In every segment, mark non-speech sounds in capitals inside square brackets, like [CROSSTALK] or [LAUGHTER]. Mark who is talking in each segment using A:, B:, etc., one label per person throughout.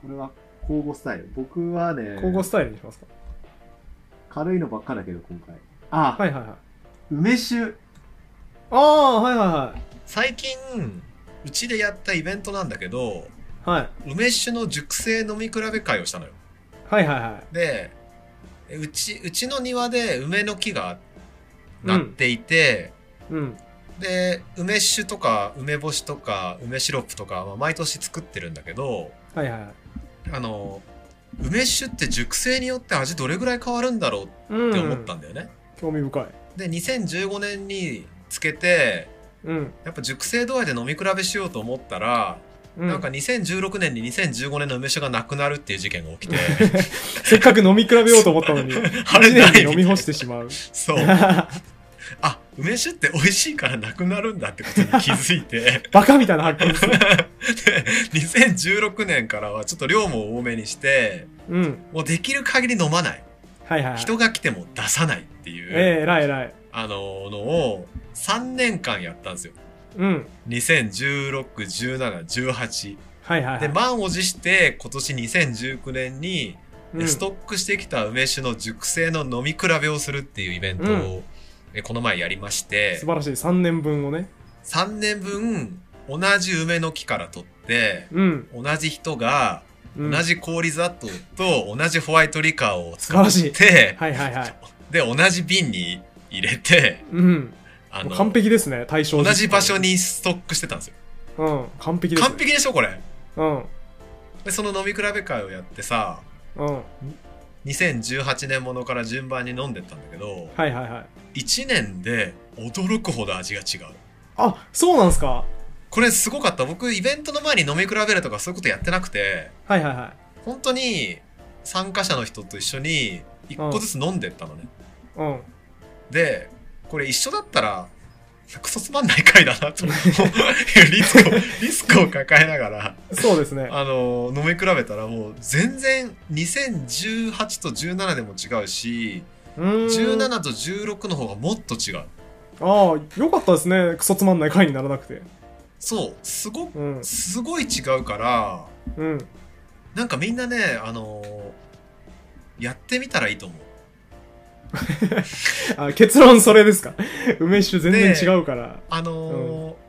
A: これは交互スタイル。僕はね、
B: 交互スタイルにしますか。
A: 軽いのばっかだけど、今回。あ、
B: はいはいはい。
A: 梅酒。
B: ああ、はいは
C: 最近うちでやったイベントなんだけど
B: いはい。はい。
C: 梅酒の熟成飲み比べ会をしたのよ
B: はいはいは
C: でえうちうちの庭で梅の木が
B: い。
C: なっていて、
B: うん。うん。
C: で梅酒とか梅干しとか梅シロップとか、まあ、毎年作ってるんだけど
B: はいはいはい。
C: あの梅酒って熟成によって味どれぐらい変わるんだろうっ
B: うん。
C: て思ったんだよね、
B: 興味深い。
C: で2015年につけて
B: うん。
C: やっぱ熟成度合いで飲み比べしようと思ったら、
B: う
C: なんか、2016年に2015年の梅酒がなくなるっていう事件が
B: [LAUGHS]
C: 起きて
B: せっかく飲み比べようと思った
C: [LAUGHS]
B: のに、
C: あれ
B: 一
C: ない
B: 年に飲み干してしまう。
C: そうあ梅酒って美味しいからなくなるんだってことに気づいて [LAUGHS]
B: バカみたいな発見でする。
C: で2016年からはちょっと量も多めにして
B: うん。
C: もうできる限り飲まない
B: はいはいはい。
C: 人が来ても出さないっていう、
B: ええ偉い偉い。
C: あののを3年間やったんですよ
B: うん。
C: 20161718
B: はいはいはい。
C: で満を持して今年2019年に
B: うん
C: ストックしてきた梅酒の熟成の飲み比べをするっていうイベントを、えこの前やりまして
B: 素晴らしい。3年分をね。
C: 3年分同じ梅の木から取って
B: うん。
C: 同じ人が
B: うん、
C: 同。じ氷砂糖と同じホワイトリカーを
B: 素晴らし
C: 使
B: い
C: っ。て
B: はいはい
C: [LAUGHS]
B: はい。
C: で同じ瓶に入れて
B: うん。
C: あ
B: もう
C: の
B: 完璧ですね、対象
C: 同じ場所。にストックしてたんですよ
B: うん。完璧です、ね。
C: 完璧でしょこれ
B: うん。
C: でその飲み比べ会をやってさ
B: うん。はい
C: 2018年ものから順番に飲んでったんだけど
B: はいはい。
C: 1年で驚くほど味が違う
B: あ、そうなんすか
C: これすごかった僕イベントの前に飲み比べるとかそういうことやってなくて
B: はいはいは
C: 本当に参加者の人と一緒に1個ずつ飲んでったのね、
B: い。うん。
C: でこれ一緒だったらクソつまんない回だなとリス
B: [LAUGHS]
C: クをリスクを抱えながら
B: そうですね。
C: あの飲み比べたらもう全然2018と17でも違うし
B: うーん。
C: 17と16の方がもっと違う
B: ああ、よかったですね。クソつまんない回にならなくて。
C: そうすごく
B: うん。
C: すごい違うから
B: うん。
C: なんかみんなねあのやってみたらいいと思う
B: あ結論それですか。 [LAUGHS] 梅酒全然違うから。
C: あのー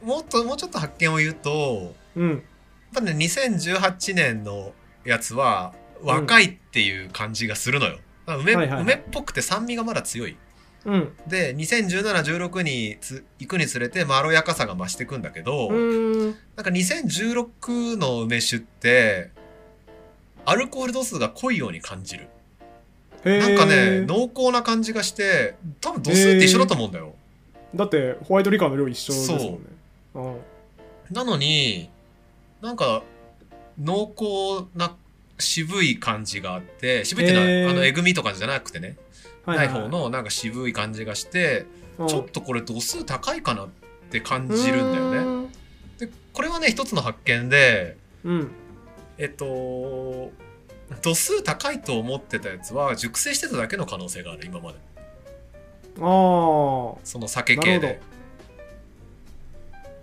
C: もっともうちょっと発見を言うと
B: うん。
C: やっぱね2018年のやつは若いっていう感じがするのよ、だから梅
B: はいはい
C: 梅っぽくて酸味がまだ強い
B: うん。
C: で201716につ行くにつれてまろやかさが増していくんだけど、
B: うーん。
C: なんか2016の梅酒ってアルコール度数が濃いように感じる
B: へえ。
C: なんかね濃厚な感じがして多分度数って一緒だと思うんだよ、
B: だって、ホワイトリカーの量一緒ですもんね。うん。
C: なのになんか濃厚な渋い感じがあって渋いっていうのは、
B: えー
C: あのえぐみとかじゃなくてね、
B: はいはい
C: ない方
B: は
C: のなんか渋い感じがして、
B: い。うん
C: ちょっとこれ度数高いかなって感じるんだよね。
B: ね。
C: でこれはね一つの発見で
B: うん。
C: えっと度数高いと思ってたやつは熟成してただけの可能性がある今まで
B: ああ。
C: その酒系
B: な
C: で
B: る。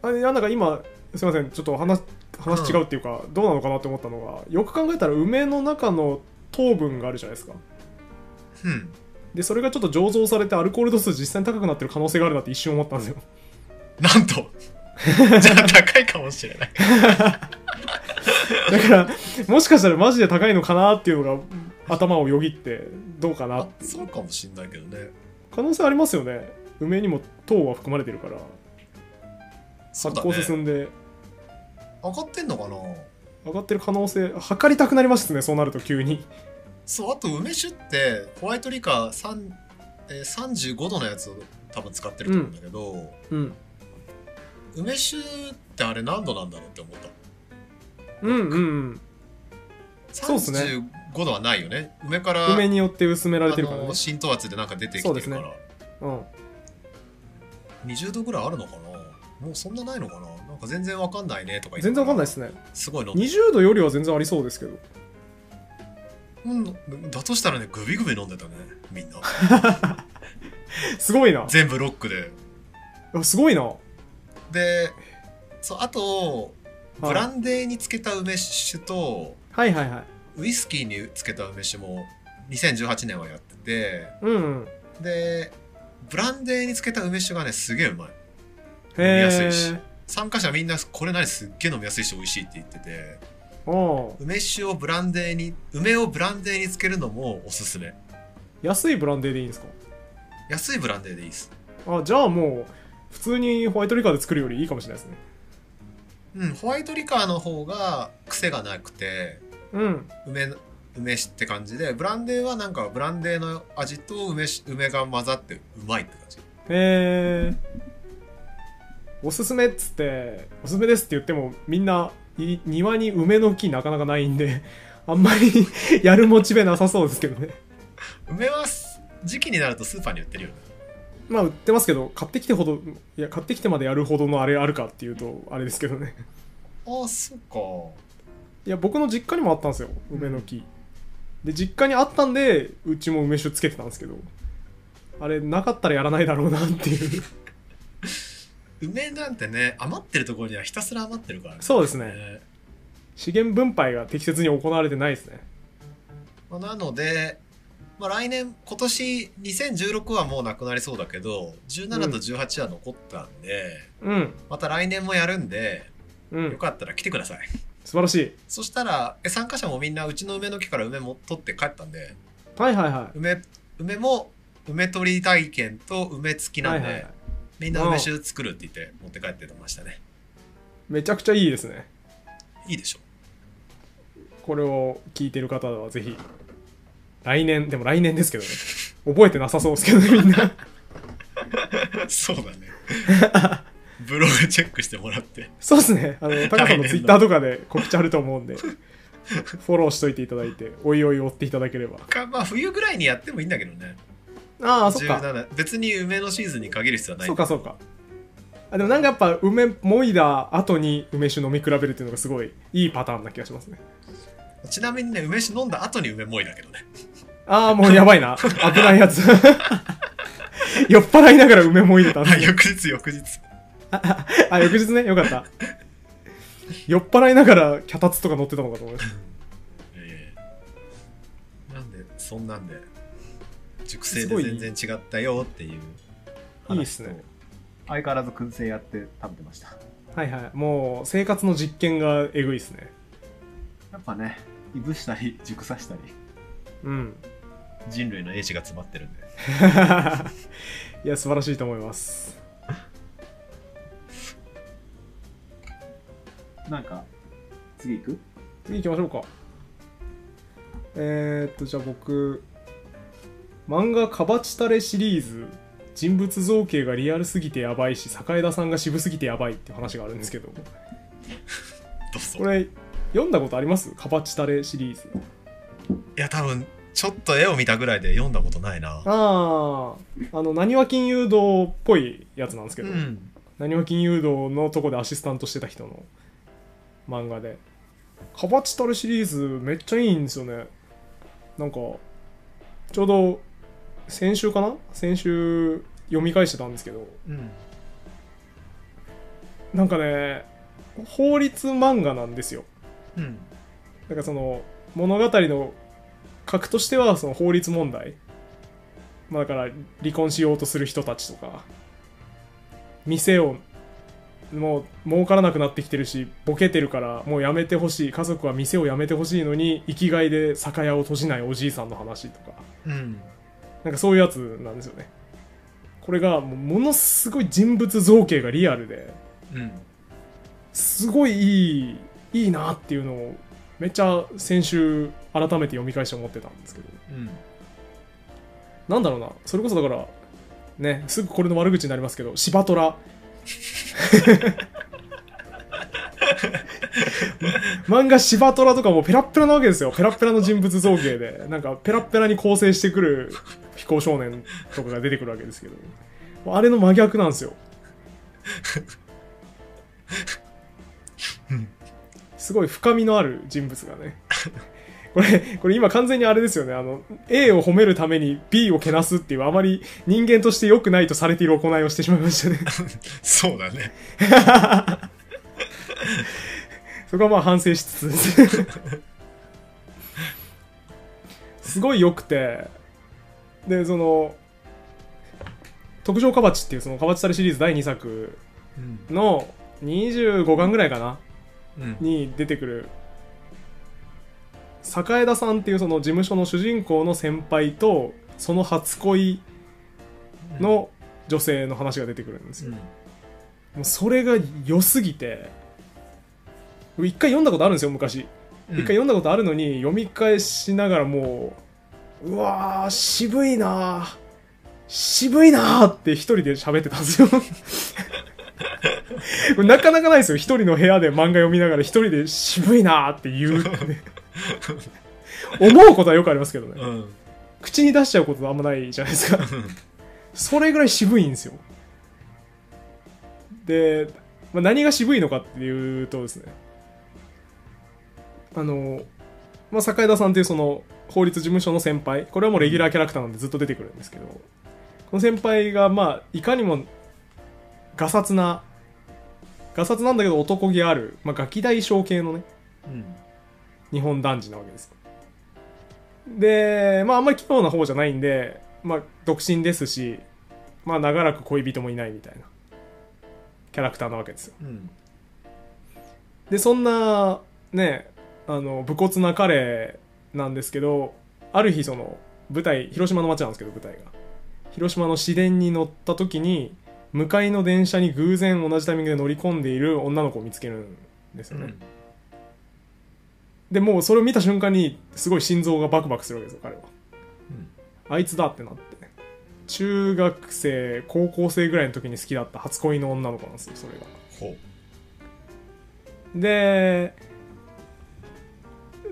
B: あれいやなんか今すいませんちょっと話話違うっていうか、どうなのかなって思ったのがよく考えたら梅の中の糖分があるじゃないですか
C: うん、
B: でそれがちょっと醸造されてアルコール度数実際に高くなってる可能性があるなって一瞬思ったんですよ [LAUGHS]
C: なんとじゃあ高いかもしれない。
B: だからもしかしたらマジで高いのかなっていうのが頭をよぎってどうかな
C: あそうかもしれないけどね。
B: 可能性ありますよね梅にも糖は含まれてるから
C: そ
B: 発
C: うだ
B: 酵
C: ね。
B: 進んで
C: 上がってんのかな
B: 上がってる可能性測りたくなりますねそうなると急に
C: そうあと梅酒ってホワイトリカー3、えー、35度のやつを多分使ってると思うんだけど、
B: うん
C: 梅酒ってあれ何度なんだろうって思った。
B: うんうんうんそうっすね
C: 35度はないよね。梅から
B: 梅によって薄められてるから
C: あ
B: ね
C: の浸透圧でなんか出てきて
B: そう
C: る
B: です
C: か
B: ね
C: ら、
B: うん
C: 20度ぐらいあるのかなもうそんなないのかななんか全然わかんないねとか言って
B: 全然わかんないですね
C: すごいの
B: 20度よりは全然ありそうですけど
C: うんだとしたらねグビグビ飲んでたねみんな
B: すごいな
C: 全部ロックで
B: あすごいな
C: でそうあと
B: はい
C: ブランデーにつけた梅酒と
B: はいはいはい
C: ウイスキーにつけた梅酒も2018年はやってて
B: うんうん
C: でブランデーにつけた梅酒がねすげえうまい
B: へ
C: 飲みやすいし
B: え
C: 参加者みんなこれ何すっげえ飲みやすいし美味しいって言ってて
B: おう
C: 梅酒をブランデーに梅をブランデーにつけるのもおすすめ
B: 安いブランデーでいいんですか
C: 安いブランデーでいいです
B: あじゃあもう普通にホワイトリカーで作るよりいいかもしれないですね
C: うんホワイトリカーの方が癖がなくて
B: うん
C: 梅の梅酒って感じでブランデーはなんかブランデーの味と梅酒梅が混ざってうまいって感じ
B: へえおすすめっつっておすすめですって言ってもみんない庭に梅の木なかなかないんで [LAUGHS] あんまり [LAUGHS] やるモチベなさそうですけどね
C: 梅はす時期になるとスーパーに売ってるよね
B: まあ売ってますけど買ってきてほどいや買ってきてまでやるほどのあれあるかっていうとあれですけどね
C: ああそうか
B: いや僕の実家にもあったんですよ梅の木、で実家にあったんでうちも梅酒つけてたんですけどあれなかったらやらないだろうなっていう
C: 梅なんてね余ってるところにはひたすら余ってるからね
B: [LAUGHS] そうです
C: う
B: ね資源分配が適切に行われてないですね
C: まあなので、まあ、来年今年2016はもうなくなりそうだけど17と18は残ったんで、
B: うん
C: また来年もやるんで
B: う
C: よ
B: ん
C: かったら来てください、
B: 素晴らしい
C: そしたらえ参加者もみんなうちの梅の木から梅も取って帰ったんで
B: はいはいはい
C: 梅梅も梅取り体験と梅付きなんで、
B: はいはいはい
C: みんな梅酒作るって言って持って帰ってましたね
B: めちゃくちゃいいですね
C: いいでしょ [LAUGHS]
B: これを聞いてる方はぜひ来年でも来年ですけどね覚えてなさそうですけ [LAUGHS] どねみんな
C: そうだねブログチェックしてもらって
B: そうですねあのタカさんの
C: 来年の
B: ツイッターとかで告知あると思うんでフォローしといていただいておいおい追っていただければ
C: かまあ冬ぐらいにやってもいいんだけどね
B: ああそっか
C: 17別に梅のシーズンに限る必要はない
B: そうかそうかあでもなんかやっぱ梅もいだ後に梅酒飲み比べるっていうのがすごいいいパターンな気がしますね
C: ちなみにね梅酒飲んだ後に梅もいだけどね [LAUGHS]
B: ああもうやばいな危ないやつ [LAUGHS] 酔っ払いながら梅もいでたんです
C: あ
B: ね
C: 翌日翌日
B: あ、翌日ね、よかった。酔っ払いながら、脚立とか乗ってたのかと思いました。
C: ええなんでそんなんで熟成で全然違ったよっていう
B: いいっすね
A: 相変わらず燻製やって食べてました
B: はいはい。もう、生活の実験がえぐいっすね。
A: やっぱねいぶしたり熟さしたり
B: うん。 [LAUGHS]
C: 人類の英知が詰まってるんで
B: いや、素晴らしいと思います。
A: なんか次行く
B: 次行きましょうか。えー、っと、じゃあ僕、漫画カバチタレシリーズ、人物造形がリアルすぎてやばいし、栄田さんが渋すぎてやばいっていう話があるんですけど、
C: どうぞ
B: これ、読んだことありますカバチタレシリーズ。
C: いや多分ちょっと絵を見たぐらいで読んだことないな
B: あああのなにわ金融道っぽいやつなんですけ
C: う
B: ど
C: ん
B: なにわ金融道のとこでアシスタントしてた人の漫画でカバチタルシリーズめっちゃいいんですよねなんかちょうど先週かな先週読み返してたんですけど
C: うん
B: なんかね法律漫画なんですよ
C: うん
B: なんかその物語の核としてはその法律問題、まあ、だから離婚しようとする人たちとか店をもう儲からなくなってきてるしボケてるからもうやめてほしい家族は店をやめてほしいのに生きがいで酒屋を閉じないおじいさんの話とか
C: うん
B: なんかそういうやつなんですよねこれがもうものすごい人物造形がリアルで
C: うん
B: すごいいいいいなっていうのをめっちゃ先週改めて読み返して思ってたんですけど
C: うん
B: なんだろうなそれこそだからねすぐこれの悪口になりますけどシバトラ [LAUGHS] 漫画「シバトラ」とかもペラッペラなわけですよペラッペラの人物造形でなんかペラッペラに構成してくる非行少年とかが出てくるわけですけどあれの真逆なんですよ
C: うん
B: すごい深みのある人物がねこれこれ今完全にあれですよねあの A を褒めるために B をけなすっていうあまり人間として良くないとされている行いをしてしまいましたね
C: そうだね
B: [LAUGHS] そこはまあ反省しつつ [LAUGHS] すごい良くてでその「特上かばち」っていうそのかばちたれシリーズ第2作
D: うん
B: の25巻ぐらいかな
D: うん
B: に出てくる栄田さんっていうその事務所の主人公の先輩とその初恋の女性の話が出てくるんですよ、もうそれが良すぎて僕一回読んだことあるんですよ昔
D: うん
B: 一回読んだことあるのに読み返しながらもううわー渋いなー渋いなーって一人で喋ってたんですよ [LAUGHS] これなかなかないですよ一人の部屋で漫画読みながら一人で渋いなーって言うっ
D: [LAUGHS]
B: てね思うことはよくありますけどね
D: うん
B: 口に出しちゃうことはあんまないじゃないですかそれぐらい渋いんですよで、まあ、何が渋いのかっていうとですねあの、まあ、坂田さんっていうその法律事務所の先輩これはもうレギュラーキャラクターなんでずっと出てくるんですけどこの先輩がまあいかにもがさつながさつなんだけど男気ある、まあ、ガキ大将系のね
D: うん
B: 日本男児なわけですでまああんまり器用な方じゃないんでまあ独身ですしまあ長らく恋人もいないみたいなキャラクターなわけですよ
D: うん
B: でそんなねあの武骨な彼なんですけどある日その舞台広島の街なんですけど舞台が広島の市電に乗った時に向かいの電車に偶然同じタイミングで乗り込んでいる女の子を見つけるんですよね、でもうそれを見た瞬間にすごい心臓がバクバクするわけですよ彼は
D: うん
B: あいつだってなって中学生高校生ぐらいの時に好きだった初恋の女の子なんですよそれが
D: ほ
B: で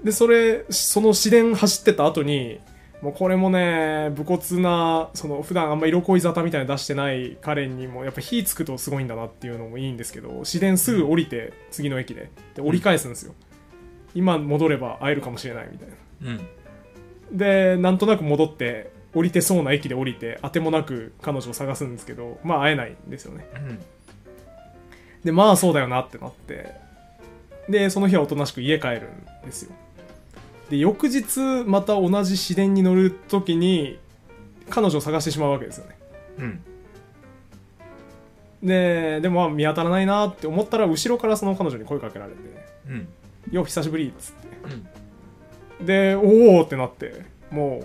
B: でそれその市電走ってた後にもうこれもね武骨なその普段あんま色恋沙汰みたいなの出してない彼にもやっぱ火つくとすごいんだなっていうのもいいんですけど市電すぐ降りて次の駅でで折り返すんですよ、今戻れば会えるかもしれないみたいな
D: ううん
B: でなんとなく戻って降りてそうな駅で降りて当てもなく彼女を探すんですけどまあ会えないんですよね
D: うん
B: でまあそうだよなってなってでその日はおとなしく家帰るんですよで翌日また同じ市電に乗る時に彼女を探してしまうわけですよね
D: うん
B: ででもまあ見当たらないなって思ったら後ろからその彼女に声かけられて
D: うん
B: 「よう久しぶり」っつって
D: うん
B: でおおってなっても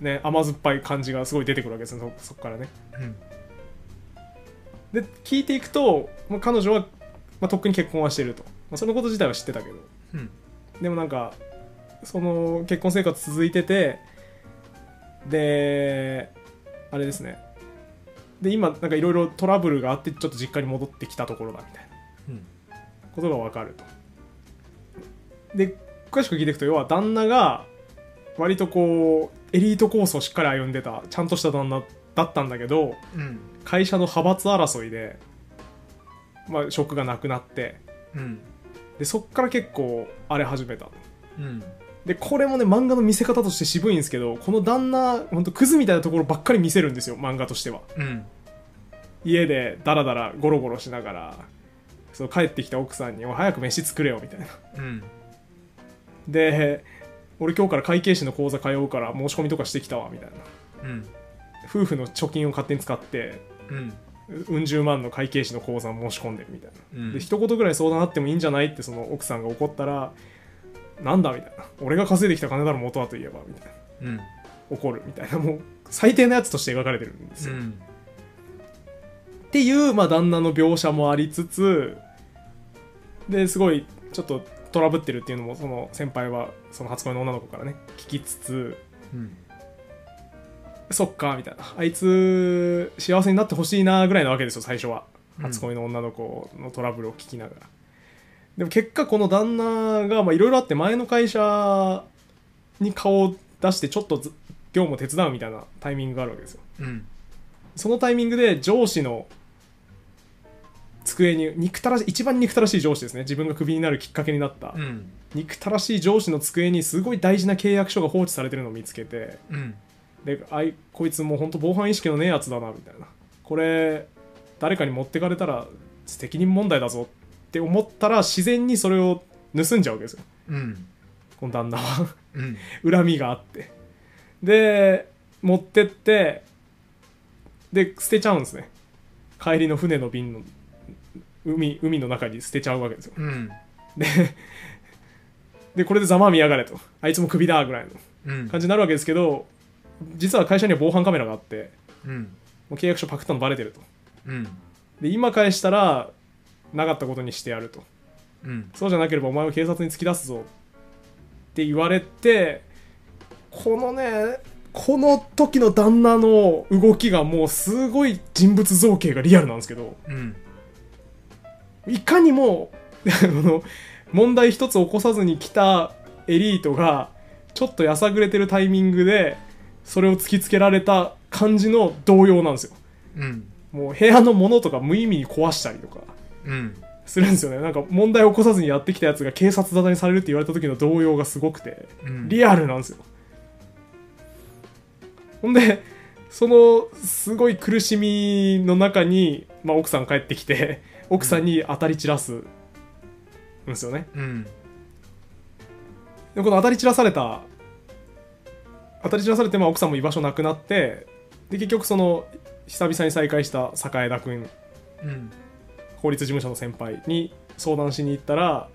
B: うね甘酸っぱい感じがすごい出てくるわけですよそそこからね
D: うん
B: で聞いていくと、まあ、彼女は、まあ、とっくに結婚はしてると、まあ、そのこと自体は知ってたけど
D: うん
B: でもなんかその結婚生活続いててであれですねで今なんかいろいろトラブルがあってちょっと実家に戻ってきたところだみたいな
D: うん
B: ことがわかるとで詳しく聞いていくと要は旦那が割とこうエリートコースをしっかり歩んでたちゃんとした旦那だったんだけど
D: うん
B: 会社の派閥争いで、まあ、職がなくなって
D: うん
B: でそっから結構荒れ始めた
D: うん
B: でこれもね漫画の見せ方として渋いんですけどこの旦那ほんとクズみたいなところばっかり見せるんですよ漫画としては
D: うん
B: 家でダラダラゴロゴロしながらそう帰ってきた奥さんに「おい早く飯作れよ」みたいな
D: うん
B: で俺今日から会計士の講座通うから申し込みとかしてきたわみたいな
D: うん
B: 夫婦の貯金を勝手に使って
D: うん
B: うん十万の会計士の講座を申し込んでるみたいな
D: うん
B: で一言ぐらい相談あってもいいんじゃないってその奥さんが怒ったら「なんだ?」みたいな「俺が稼いできた金だろ元はといえば」みたいな
D: うん
B: 怒るみたいなもう最低なやつとして描かれてるんです
D: う
B: よ、
D: ん
B: っていう、まあ、旦那の描写もありつつですごいちょっとトラブってるっていうのもその先輩はその初恋の女の子からね聞きつつ
D: うん
B: そっかみたいなあいつ幸せになってほしいなぐらいなわけですよ最初は
D: うん
B: 初恋の女の子のトラブルを聞きながら、でも結果この旦那がまあいろいろあって前の会社に顔を出してちょっとず業務を手伝うみたいなタイミングがあるわけですよ
D: うん
B: そのタイミングで上司の机に憎たらしい一番憎たらしい上司ですね自分がクビになるきっかけになった、
D: うん
B: 憎たらしい上司の机にすごい大事な契約書が放置されてるのを見つけて
D: うん
B: であいこいつもうほんと防犯意識のねえやつだなみたいなこれ誰かに持ってかれたら責任問題だぞって思ったら自然にそれを盗んじゃうわけですよ
D: うん。
B: この旦那は [LAUGHS]
D: うん。
B: 恨みがあってで持ってってで捨てちゃうんですね帰りの船の便の海海の中に捨てちゃうわけですよ
D: うん。
B: ででこれでざまあ見やがれとあいつもクビだぐらいの
D: うん。
B: 感じになるわけですけど実は会社には防犯カメラがあって
D: うん。
B: もう契約書パクったのバレてると
D: うん。
B: で今返したらなかったことにしてやると
D: うん。
B: そうじゃなければお前を警察に突き出すぞって言われてこのねこの時の旦那の動きがもうすごい人物造形がリアルなんですけど
D: うん。
B: いかにも [LAUGHS] あの問題一つ起こさずに来たエリートがちょっとやさぐれてるタイミングでそれを突きつけられた感じの動揺なんですよ
D: うん。
B: もう部屋の物とか無意味に壊したりとか
D: うん。
B: するんですよねなんか問題を起こさずにやってきたやつが警察沙汰にされるって言われた時の動揺がすごくて
D: うん。
B: リアルなんですよほんでそのすごい苦しみの中に、まあ、奥さん帰ってきて奥さんに当たり散らすんですよね
D: うん。
B: でこの当たり散らされた当たり散らされて、まあ、奥さんも居場所なくなってで結局その久々に再会した栄田君
D: うん。
B: 法律事務所の先輩に相談しに行ったら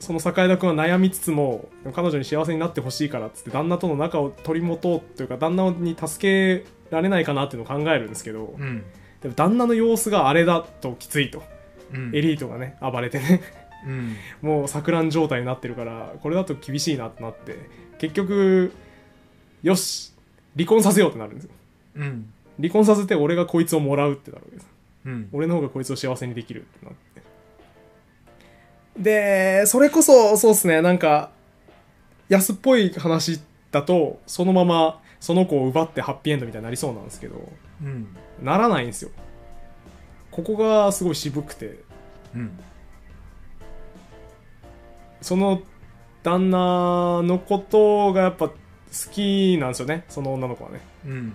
B: その栄田君は悩みつつもでも彼女に幸せになってほしいからっつって旦那との仲を取り持とうというか旦那に助けられないかなっていうのを考えるんですけど
D: うん。
B: でも旦那の様子があれだときついと
D: うん。
B: エリートがね暴れてね [LAUGHS]
D: うん。
B: もう錯乱状態になってるからこれだと厳しいなってなって結局よし離婚させようってなるんですよ
D: うん。
B: 離婚させて俺がこいつをもらうってなるわけです
D: うん。
B: 俺の方がこいつを幸せにできるってなってでそれこそそうっすねなんか安っぽい話だとそのままその子を奪ってハッピーエンドみたいになりそうなんですけど
D: うん。
B: ならないんですよここがすごい渋くて
D: うん。
B: その旦那のことがやっぱ好きなんですよねその女の子はね
D: うん。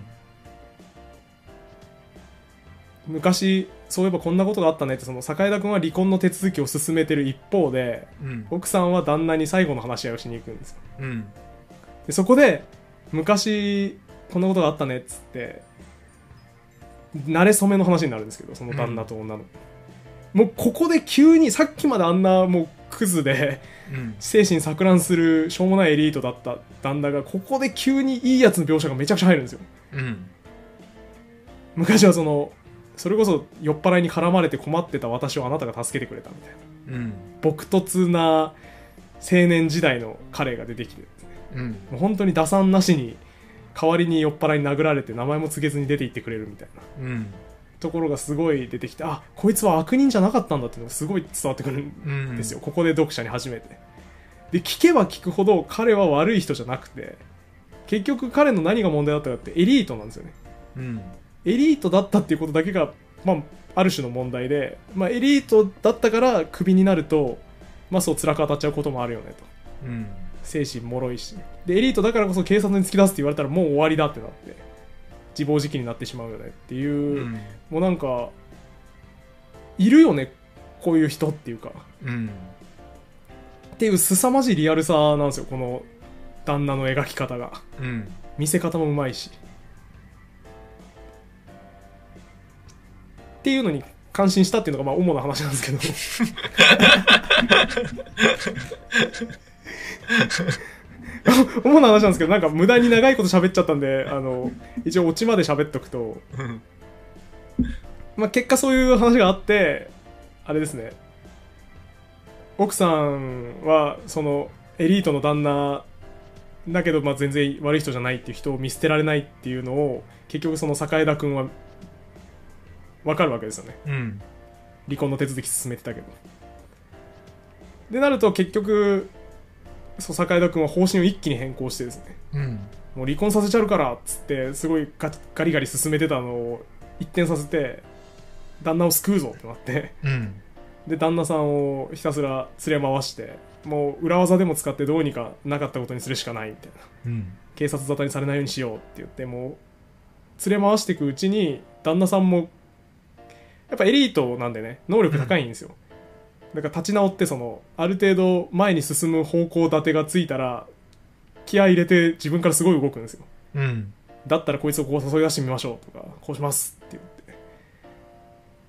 B: 昔そういえばこんなことがあったねってその栄田君は離婚の手続きを進めてる一方で
D: うん。
B: 奥さんは旦那に最後の話し合いをしに行くんですよ
D: うん。
B: でそこで昔こんなことがあったねっつって慣れ初めの話になるんですけどその旦那と女の、もうここで急にさっきまであんなもうクズで
D: うん。
B: 精神錯乱するしょうもないエリートだった旦那がここで急にいいやつの描写がめちゃくちゃ入るんですよ
D: うん。
B: 昔はそのそれこそ酔っ払いに絡まれて困ってた私をあなたが助けてくれたみたいな
D: うん。
B: 朴突な青年時代の彼が出てきて
D: うん。
B: もう本当に打算なしに代わりに酔っ払いに殴られて名前も告げずに出て行ってくれるみたいな
D: うん。
B: ところがすごい出てきてあこいつは悪人じゃなかったんだっていうのがすごい伝わってくるん
D: うん。
B: ですよ、。ここで読者に初めてで聞けば聞くほど彼は悪い人じゃなくて結局彼の何が問題だったかってエリートなんですよね
D: うん。
B: エリートだったっていうことだけが、まあ、ある種の問題で、まあ、エリートだったからクビになると、まあ、そう辛く当たっちゃうこともあるよねと
D: うん。
B: 精神脆いしでエリートだからこそ警察に突き出すって言われたらもう終わりだってなって自暴自棄になってしまうよねっていうう、
D: ん。
B: もうなんかいるよねこういう人っていうか
D: うん。
B: っていう凄まじいリアルさなんですよこの旦那の描き方が
D: うん。
B: 見せ方もうまいしっていうのに感心したっていうのがまあ主な話なんですけど [LAUGHS] 主な話なんですけどなんか無駄に長いこと喋っちゃったんであの一応オチまで喋っとくと、
D: うん。
B: まあ、結果そういう話があってあれですね奥さんはそのエリートの旦那だけどまあ全然悪い人じゃないっていう人を見捨てられないっていうのを結局その栄田君は分かるわけですよね
D: うん。
B: 離婚の手続き進めてたけどでなると結局そう栄田君は方針を一気に変更してですね
D: うん。
B: もう離婚させちゃうからっつってすごいガガリガリ進めてたのを一転させて旦那を救うぞってなって
D: うん。
B: で旦那さんをひたすら連れ回してもう裏技でも使ってどうにかなかったことにするしかないみたいな
D: うん。
B: 警察沙汰にされないようにしようって言ってもう連れ回していくうちに旦那さんもやっぱエリートなんでね能力高いんですよ、なんか立ち直ってそのある程度前に進む方向立てがついたら気合い入れて自分からすごい動くんですよ
C: うん。
B: だったらこいつをこう誘い出してみましょうとかこうしますって言って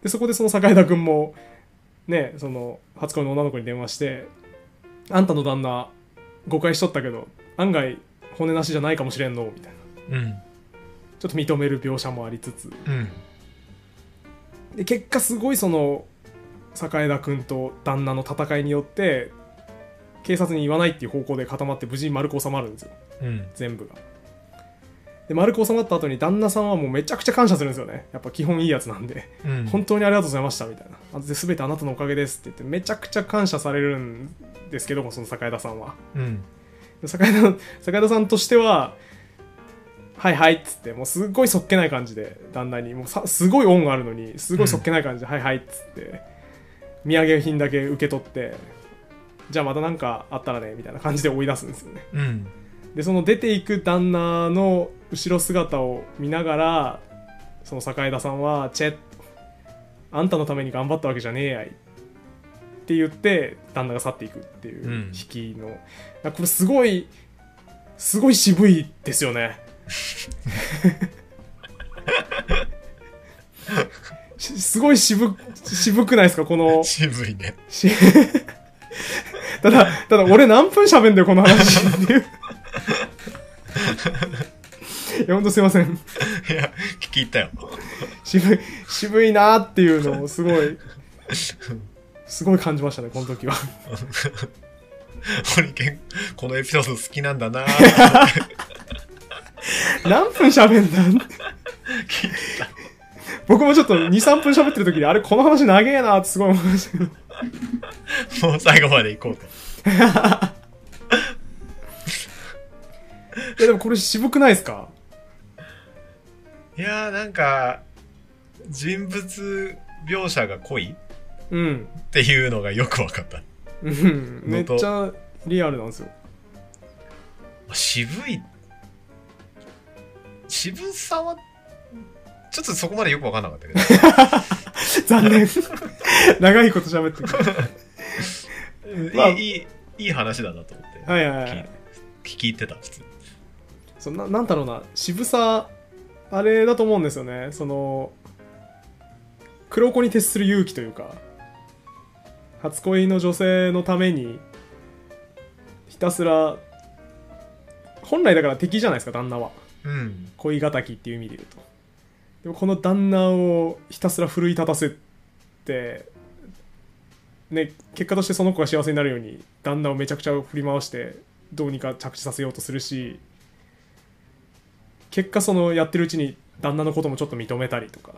B: でそこでその坂枝君もねその初恋の女の子に電話して「あんたの旦那誤解しとったけど案外骨なしじゃないかもしれんの」みたいな
C: うん。
B: ちょっと認める描写もありつつ
C: うん。
B: で結果すごいその坂枝君と旦那の戦いによって警察に言わないっていう方向で固まって無事に丸く収まるんですよ
C: うん。
B: 全部がで丸く収まった後に旦那さんはもうめちゃくちゃ感謝するんですよねやっぱ基本いいやつなんで
C: うん。
B: 本当にありがとうございましたみたいなあで全てあなたのおかげですって言ってめちゃくちゃ感謝されるんですけどもその坂枝さんは
C: うん。
B: で坂枝坂枝さんとしてははいはいっつってもうすっごいそっけない感じで旦那にもうさすごい恩があるのにすごいそっけない感じで、はいはいっつって土産品だけ受け取ってじゃあまた何かあったらねみたいな感じで追い出すんですよね
C: うん。
B: でその出ていく旦那の後ろ姿を見ながらその坂枝さんは「チェッあんたのために頑張ったわけじゃねえやい」って言って旦那が去っていくっていううん引きの、なんかこれすごいすごい渋いですよ [LAUGHS] ねしすごい渋渋くないですかこの
C: 渋いね。
B: し [LAUGHS] ただ、ただ俺何分喋んだよ、この話 [LAUGHS] っていう。いや、ほんとすいません。
C: いや、聞き入ったよ。
B: 渋い、渋いなーっていうのをすごい、すごい感じましたね、この時は。
C: ホリケン、このエピソード好きなんだなぁ。
B: 何分喋んだんって僕もちょっと2、3分喋ってる時に、あれ、この話長えなーってすごい思いましたけど。
C: もう最後まで行こうと。
B: いや、でもこれ渋くないですか
C: いやーなんか、人物描写が濃い
B: うん。
C: っていうのがよくわかった。
B: うん。めっちゃリアルなんですよ。 [LAUGHS]
C: 渋い。渋さは、ちょっとそこまでよくわかんなかったけど。
B: 残念。 [LAUGHS] 長いこと喋ってる。
C: うん
B: まあ
C: いい、いい、いい話だなと思って。
B: はいはいはい。
C: 聞き入ってた、普通。
B: そんななんだろうな渋さあれだと思うんですよねその黒子に徹する勇気というか初恋の女性のためにひたすら本来だから敵じゃないですか旦那は
C: うん。
B: 恋敵っていう意味で言うとでもこの旦那をひたすら奮い立たせてね結果としてその子が幸せになるように旦那をめちゃくちゃ振り回してどうにか着地させようとするし結果そのやってるうちに旦那のこともちょっと認めたりとか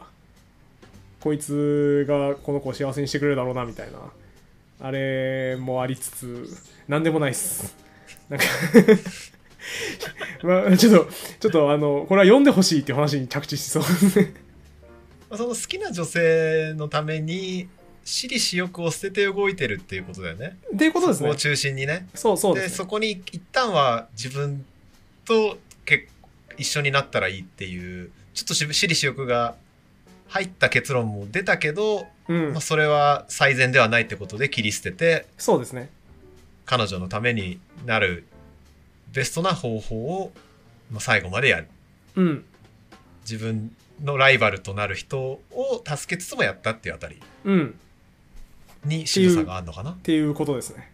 B: こいつがこの子を幸せにしてくれるだろうなみたいなあれもありつつ何でもないっすなんか [LAUGHS] まあ、ちょっとちょっとあのこれは読んでほしいっていう話に着地しそうですね
C: まあその好きな女性のために、私利私欲を捨てて動いてるっていうことだよね。
B: っていうことです
C: そこ
B: ね
C: を中心にね。
B: そうそう
C: で
B: ですね
C: そこに一旦は自分と結一緒になったらいいっていうちょっとし私利私欲が入った結論も出たけど、
B: うん
C: まあ、それは最善ではないってことで切り捨てて
B: そうですね
C: 彼女のためになるベストな方法を、まあ、最後までやる
B: うん
C: 自分のライバルとなる人を助けつつもやったっていうあたり
B: うん
C: に渋さがあるのかな
B: っていうことですね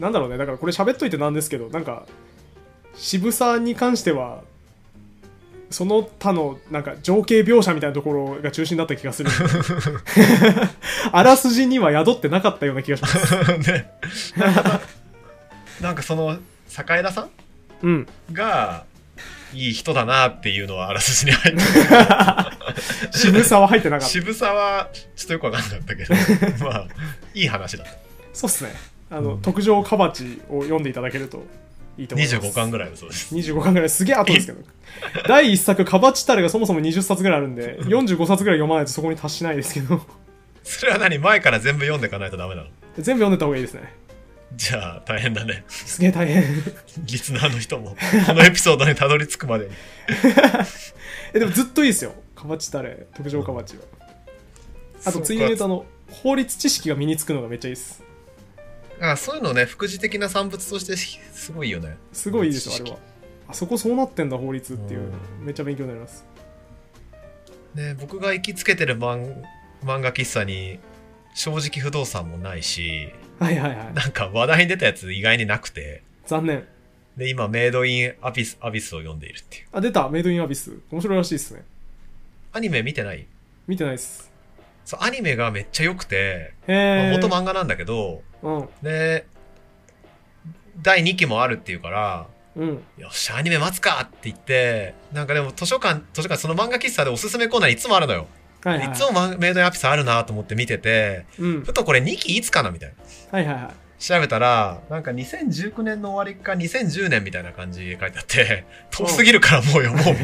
B: なんだろうねだからこれ喋っといてなんですけどなんか渋さに関してはその他のなんか情景描写みたいなところが中心だった気がす
C: [LAUGHS]
B: るあらすじには宿ってなかったような気がします
C: ねなんかその坂枝さん
B: うん
C: がいい人だなっていうのはあらすじに入って
B: 渋さは入ってなかった
C: 渋さはちょっとよくわかんなかったけ
B: [LAUGHS]
C: どまあいい話だった
B: そうっすねあの、
C: うん
B: 特上カバチを読んでいただけるといいと思います
C: 25巻ぐらいだそうです
B: 25巻ぐらいすげえ後ですけど [LAUGHS] 第1作「カバチタレ」がそもそも20冊ぐらいあるんで45冊ぐらい読まないとそこに達しないですけど
C: それは何前から全部読んでいかないとダメなの
B: 全部読んでた方がいいですね
C: じゃあ大変だね
B: すげえ大変 [LAUGHS]
C: リスナーの人もこのエピソードにたどり着くまでに
B: えでもずっといいですよカバチタレ特上カバチはあとついでに言うとあの法律知識が身につくのがめっちゃいいです
C: あそういうのね、副次的な産物としてすごいよね。
B: すごいいいでしょ
C: 知
B: あれ
C: 識
B: はあそこそうなってんだ法律っていうめっちゃ勉強になります
C: ね僕が行きつけてる漫漫画喫茶に、正直不動産もないし、
B: はいはいはい
C: なんか話題に出たやつ意外になくて、
B: 残念
C: で、今、メイドインアビス、アビスを読んでいるっていう。 [LAUGHS]
B: あ出たメイドインアビス面白いらしいですね
C: アニメ見てない
B: 見てないっす
C: そう、アニメがめっちゃ良くて、まあ
B: へえ、
C: 元漫画なんだけど、
B: うん
C: で、第2期もあるっていうから、
B: うん
C: よっしゃ、アニメ待つかって言って、なんかでも図書館、図書館、その漫画喫茶でおすすめコーナーいつもあるのよ。
B: はい
C: い
B: はい、はい、
C: つもマンメイドインアビスあるなと思って見てて、
B: うん
C: ふとこれ2期いつかなみたいな。
B: はいはいはい
C: 調べたら、なんか2019年の終わりか2010年みたいな感じで書いて
B: [LAUGHS]
C: あって、遠すぎるからもう読もう。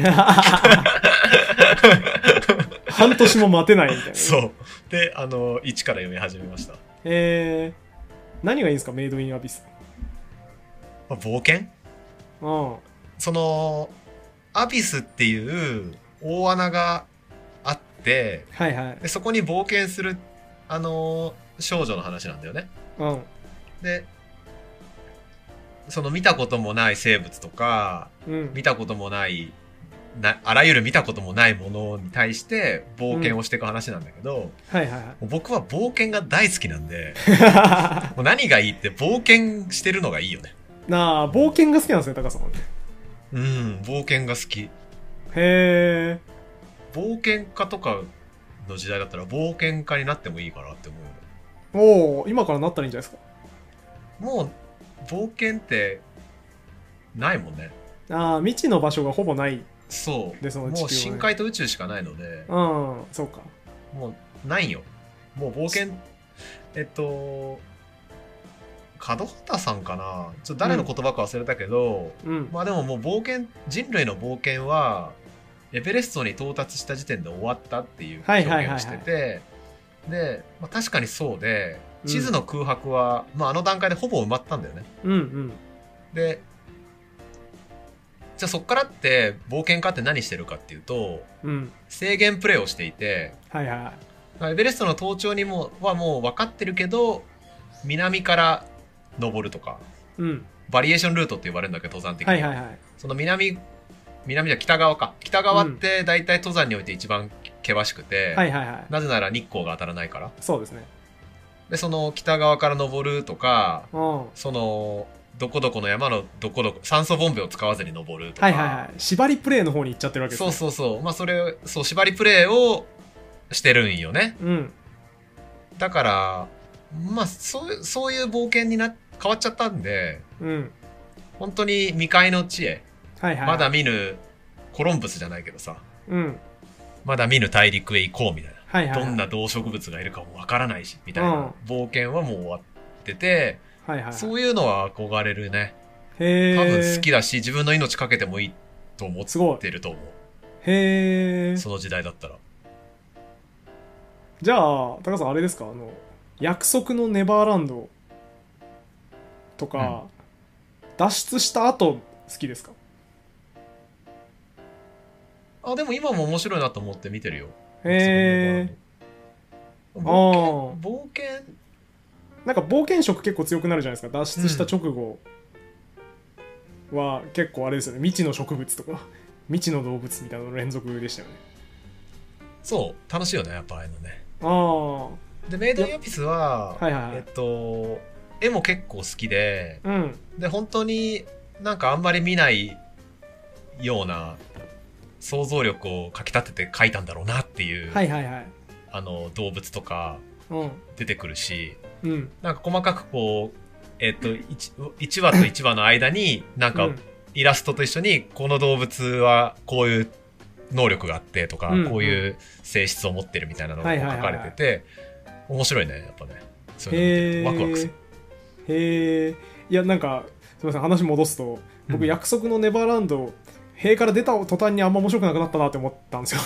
B: [LAUGHS] 半年も待てないみたいな。う。
C: そう。で、あの、1から読み始めました。
B: えー、何がいいんですか、メイドインアビス。
C: まあ冒険
B: うん。は
C: その、アビスっていう大穴があって、
B: いはい。
C: でそこに冒険する、あの、少女の話なんだよね。
B: うん。
C: で、その見たこともない生物とか、
B: うん。
C: 見たこともないなあらゆる見たこともないものに対して冒険をしていく話なんだけど、も
B: はいは
C: う僕は冒険が大好きなんで
B: いは
C: もう何がいいって冒険してるのがいいよね
B: い。なあ、冒険が好きなんですね、高さんはね。
C: うん冒険が好き
B: へえ。
C: 冒険家とかの時代だったら冒険家になってもいいかなって思うよ
B: おお、今からなったらいいんじゃないです
C: もう冒険ってないもんね
B: か。ああ、未知の場所がほぼない。
C: そう
B: でその地球はね
C: もう深海と宇宙しかないので
B: うん、そうか。
C: もうないよ。もう冒険、えっと、角畑さんかなちょっと誰の言葉か忘れたけど、
B: うん。
C: まあでももう冒険、人類の冒険は、エベレストに到達した時点で終わったっていう
B: はい
C: 表
B: はいはいはい
C: 現をしてて、で、まあ、確かにそうで、
B: うん
C: 地図の空白は、まああの段階でほぼ埋まったんだよね。
B: うんうん。
C: で、じゃあそっからって冒険家って何してるかっていうと、
B: うん。
C: 制限プレイをしていて、
B: はいは
C: まあエベレストの登頂にもはもう分かってるけど南から登るとか
B: い。うん。
C: バリエーションルートって呼ばれるんだけど登山的に
B: は
C: は、
B: いはいはい。
C: その南南じゃ北側か北側って大体登山において一番険しくて、
B: はいはいはい。
C: なぜなら日光が当たらないから
B: そうですね。
C: でその北側から登るとか
B: うん。は
C: そのどこどこの山のどこどこ酸素ボンベを使わずに登る
B: い
C: とか、
B: はいはい。縛りプレイの方に行っちゃってるわけです、
C: そ
B: ね。
C: うそうそうまあそれそう縛りプレイをしてるんよね
B: うん。
C: だから、まあ、そういう、そういう冒険にな、変わっちゃったんで、
B: うん。
C: 本当に未開の地へ、
B: はいはい。
C: まだ。見ぬ、コロンブスじゃないけどさ、
B: うん。
C: まだ見ぬ大陸へ行こうみたい
B: はいはい、
C: な。
B: はい。。
C: どんな動植物がいるかもわからないし、みたいうなん冒険はもう終わってて、
B: はいはい。
C: そういうのは憧れるね。
B: へ
C: 多
B: え。
C: 分好きだし、自分の命かけてもいいと思ってると思
B: へえ
C: う。。その時代だったら。
B: じゃあ、高橋さん、あれですか、あの、約束のネバーランドとか、脱出した後、好きですか
C: あ、でも今も面白いなと思って見てるよ。
B: へえ。
C: 冒険、冒険
B: なんか冒険色結構強くなるじゃないですか、脱出した直後は、結構あれですよね、未知の植物とか、 [LAUGHS] 未知の動物みたいなの連続でしたよね。
C: そう、楽しいよね、やっぱああいうのね。
B: ああ、は
C: で、メイドインアピスは、
B: いはいは
C: え
B: い。
C: っと、絵も結構好きで、
B: うん、
C: で、本当になんかあんまり見ないような想像力をかきたてて描いたんだろうなっていう、
B: はいはいはい。
C: あの、動物とか
B: うん、
C: 出てくるし、
B: うん、
C: なんか細かくこう、えっと、1, 話と1話の間に、なん
B: う
C: か
B: ん、
C: イラストと一緒に、この動物はこういう能力があってとか、
B: うん
C: こういう性質を持ってるみたいなの
B: は
C: が
B: いはいはい
C: 書かれてて、面白いね、やっぱね。そうい
B: へ
C: う
B: え。
C: の見てるとワクワクする。
B: へえ。いや、なんか、すみません、話戻すと、僕、
C: うん
B: 約束のネバーランド、塀から出た途端にあんま面白くなくなったなって思ったんですよ。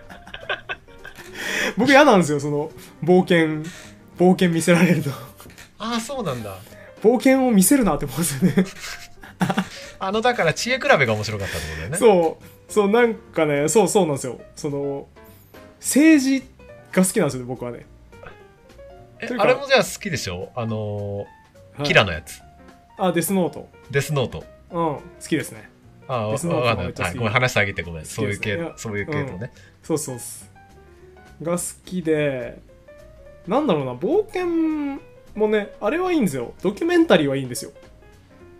C: [LAUGHS]
B: 僕、嫌なんですよ、その、冒険、冒険見せられると。
C: ああ、そうなんだ。
B: 冒険を見せるなって思うんですよね。
C: あの、だから、知恵比べが面白かったってことだよね。
B: そう、そう、なんかね、そうそうなんですよ。その、政治が好きなんですよね、僕はね。
C: え
B: というか
C: あれもじゃあ好きでしょあのーキラのやつ。
B: あ、デスノート。
C: デスノート。
B: うん、好きですね。
C: ああ、
B: デ
C: わ
B: スノート
C: かんな
B: め
C: い
B: っちゃ好
C: は
B: き
C: い。ごめん、話してあげてごめん。
B: 好き
C: そう
B: で
C: いう
B: すねい
C: 系
B: や、
C: そういう系統ね。
B: そうそうっす。が好きで、なんだろうな、冒険もね、あれはいいんですよ。ドキュメンタリーはいいんですよ。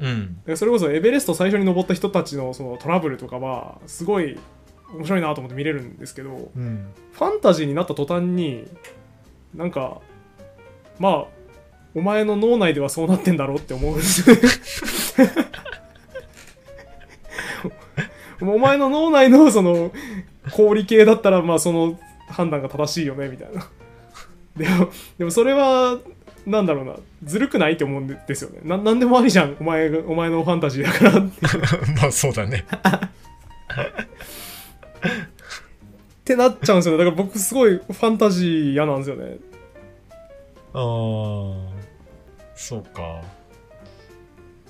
C: うん。
B: でそれこそエベレスト最初に登った人たちのそのトラブルとかは、すごい面白いなと思って見れるんですけど、
C: うん。
B: ファンタジーになった途端に、なんか、まあ、お前の脳内ではそうなってんだろうって思うん [LAUGHS] ですよねお前の脳内のその氷系だったらまあその判断が正しいよねみたいなでもでもそれはなんだろうなずるくないって思うんですよねななんでもありじゃんお前がお前のファンタジーだからって
C: [LAUGHS] まあ、そう
B: [LAUGHS]
C: だね。
B: ってなっちゃうんですよねだから僕すごいファンタジー嫌なんですよね
C: ああ、そうか。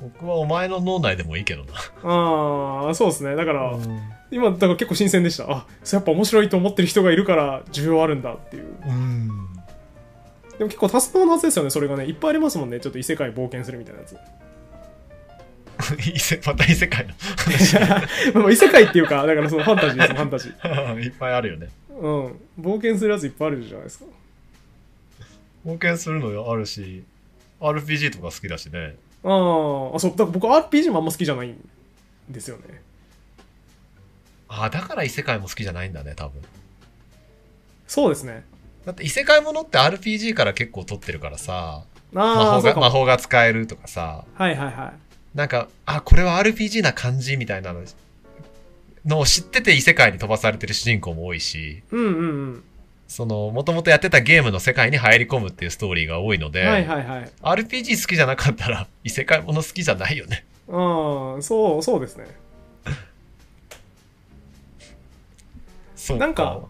C: 僕はお前の脳内でもいいけどな。
B: ああそうですねだから、
C: うん
B: 今だから結構新鮮でしたあそうやっぱ面白いと思ってる人がいるから需要あるんだっていう
C: うん。 [LAUGHS]
B: でも結構多数のはずですよねそれがねいっぱいありますもんねちょっと異世界冒険するみたいなやつ [LAUGHS]
C: 異世また異世界の
B: まあまあ異世界っていうかだからそのファンタジー
C: [LAUGHS]
B: ですファンタジー
C: いっぱいあるよね。
B: うん冒険するやついっぱいあるじゃないですか
C: 冒険するのよあるし、RPG とか好きだしね。
B: あーあそうだから僕 RPG もあんま好きじゃないんですよね
C: ああ、だから異世界も好きじゃないんだね、多分。
B: そうですね
C: だって異世界ものって RPG から結構取ってるからさ、魔
B: ああそ
C: 法
B: う
C: が
B: か
C: 魔
B: も
C: 法が使えるとかさ、
B: はいはいはい
C: なんか、あ、これは RPG な感じみたいなののを知ってて異世界に飛ばされてる主人公も多いし、
B: うんうん
C: その、もともとやってたゲームの世界に入り込むっていうストーリーが多いの
B: う
C: で、
B: んはいはいはい
C: RPG 好きじゃなかったら [LAUGHS] 異世界もの好きじゃないよね。
B: ああそうそうですね
C: そう
B: なんか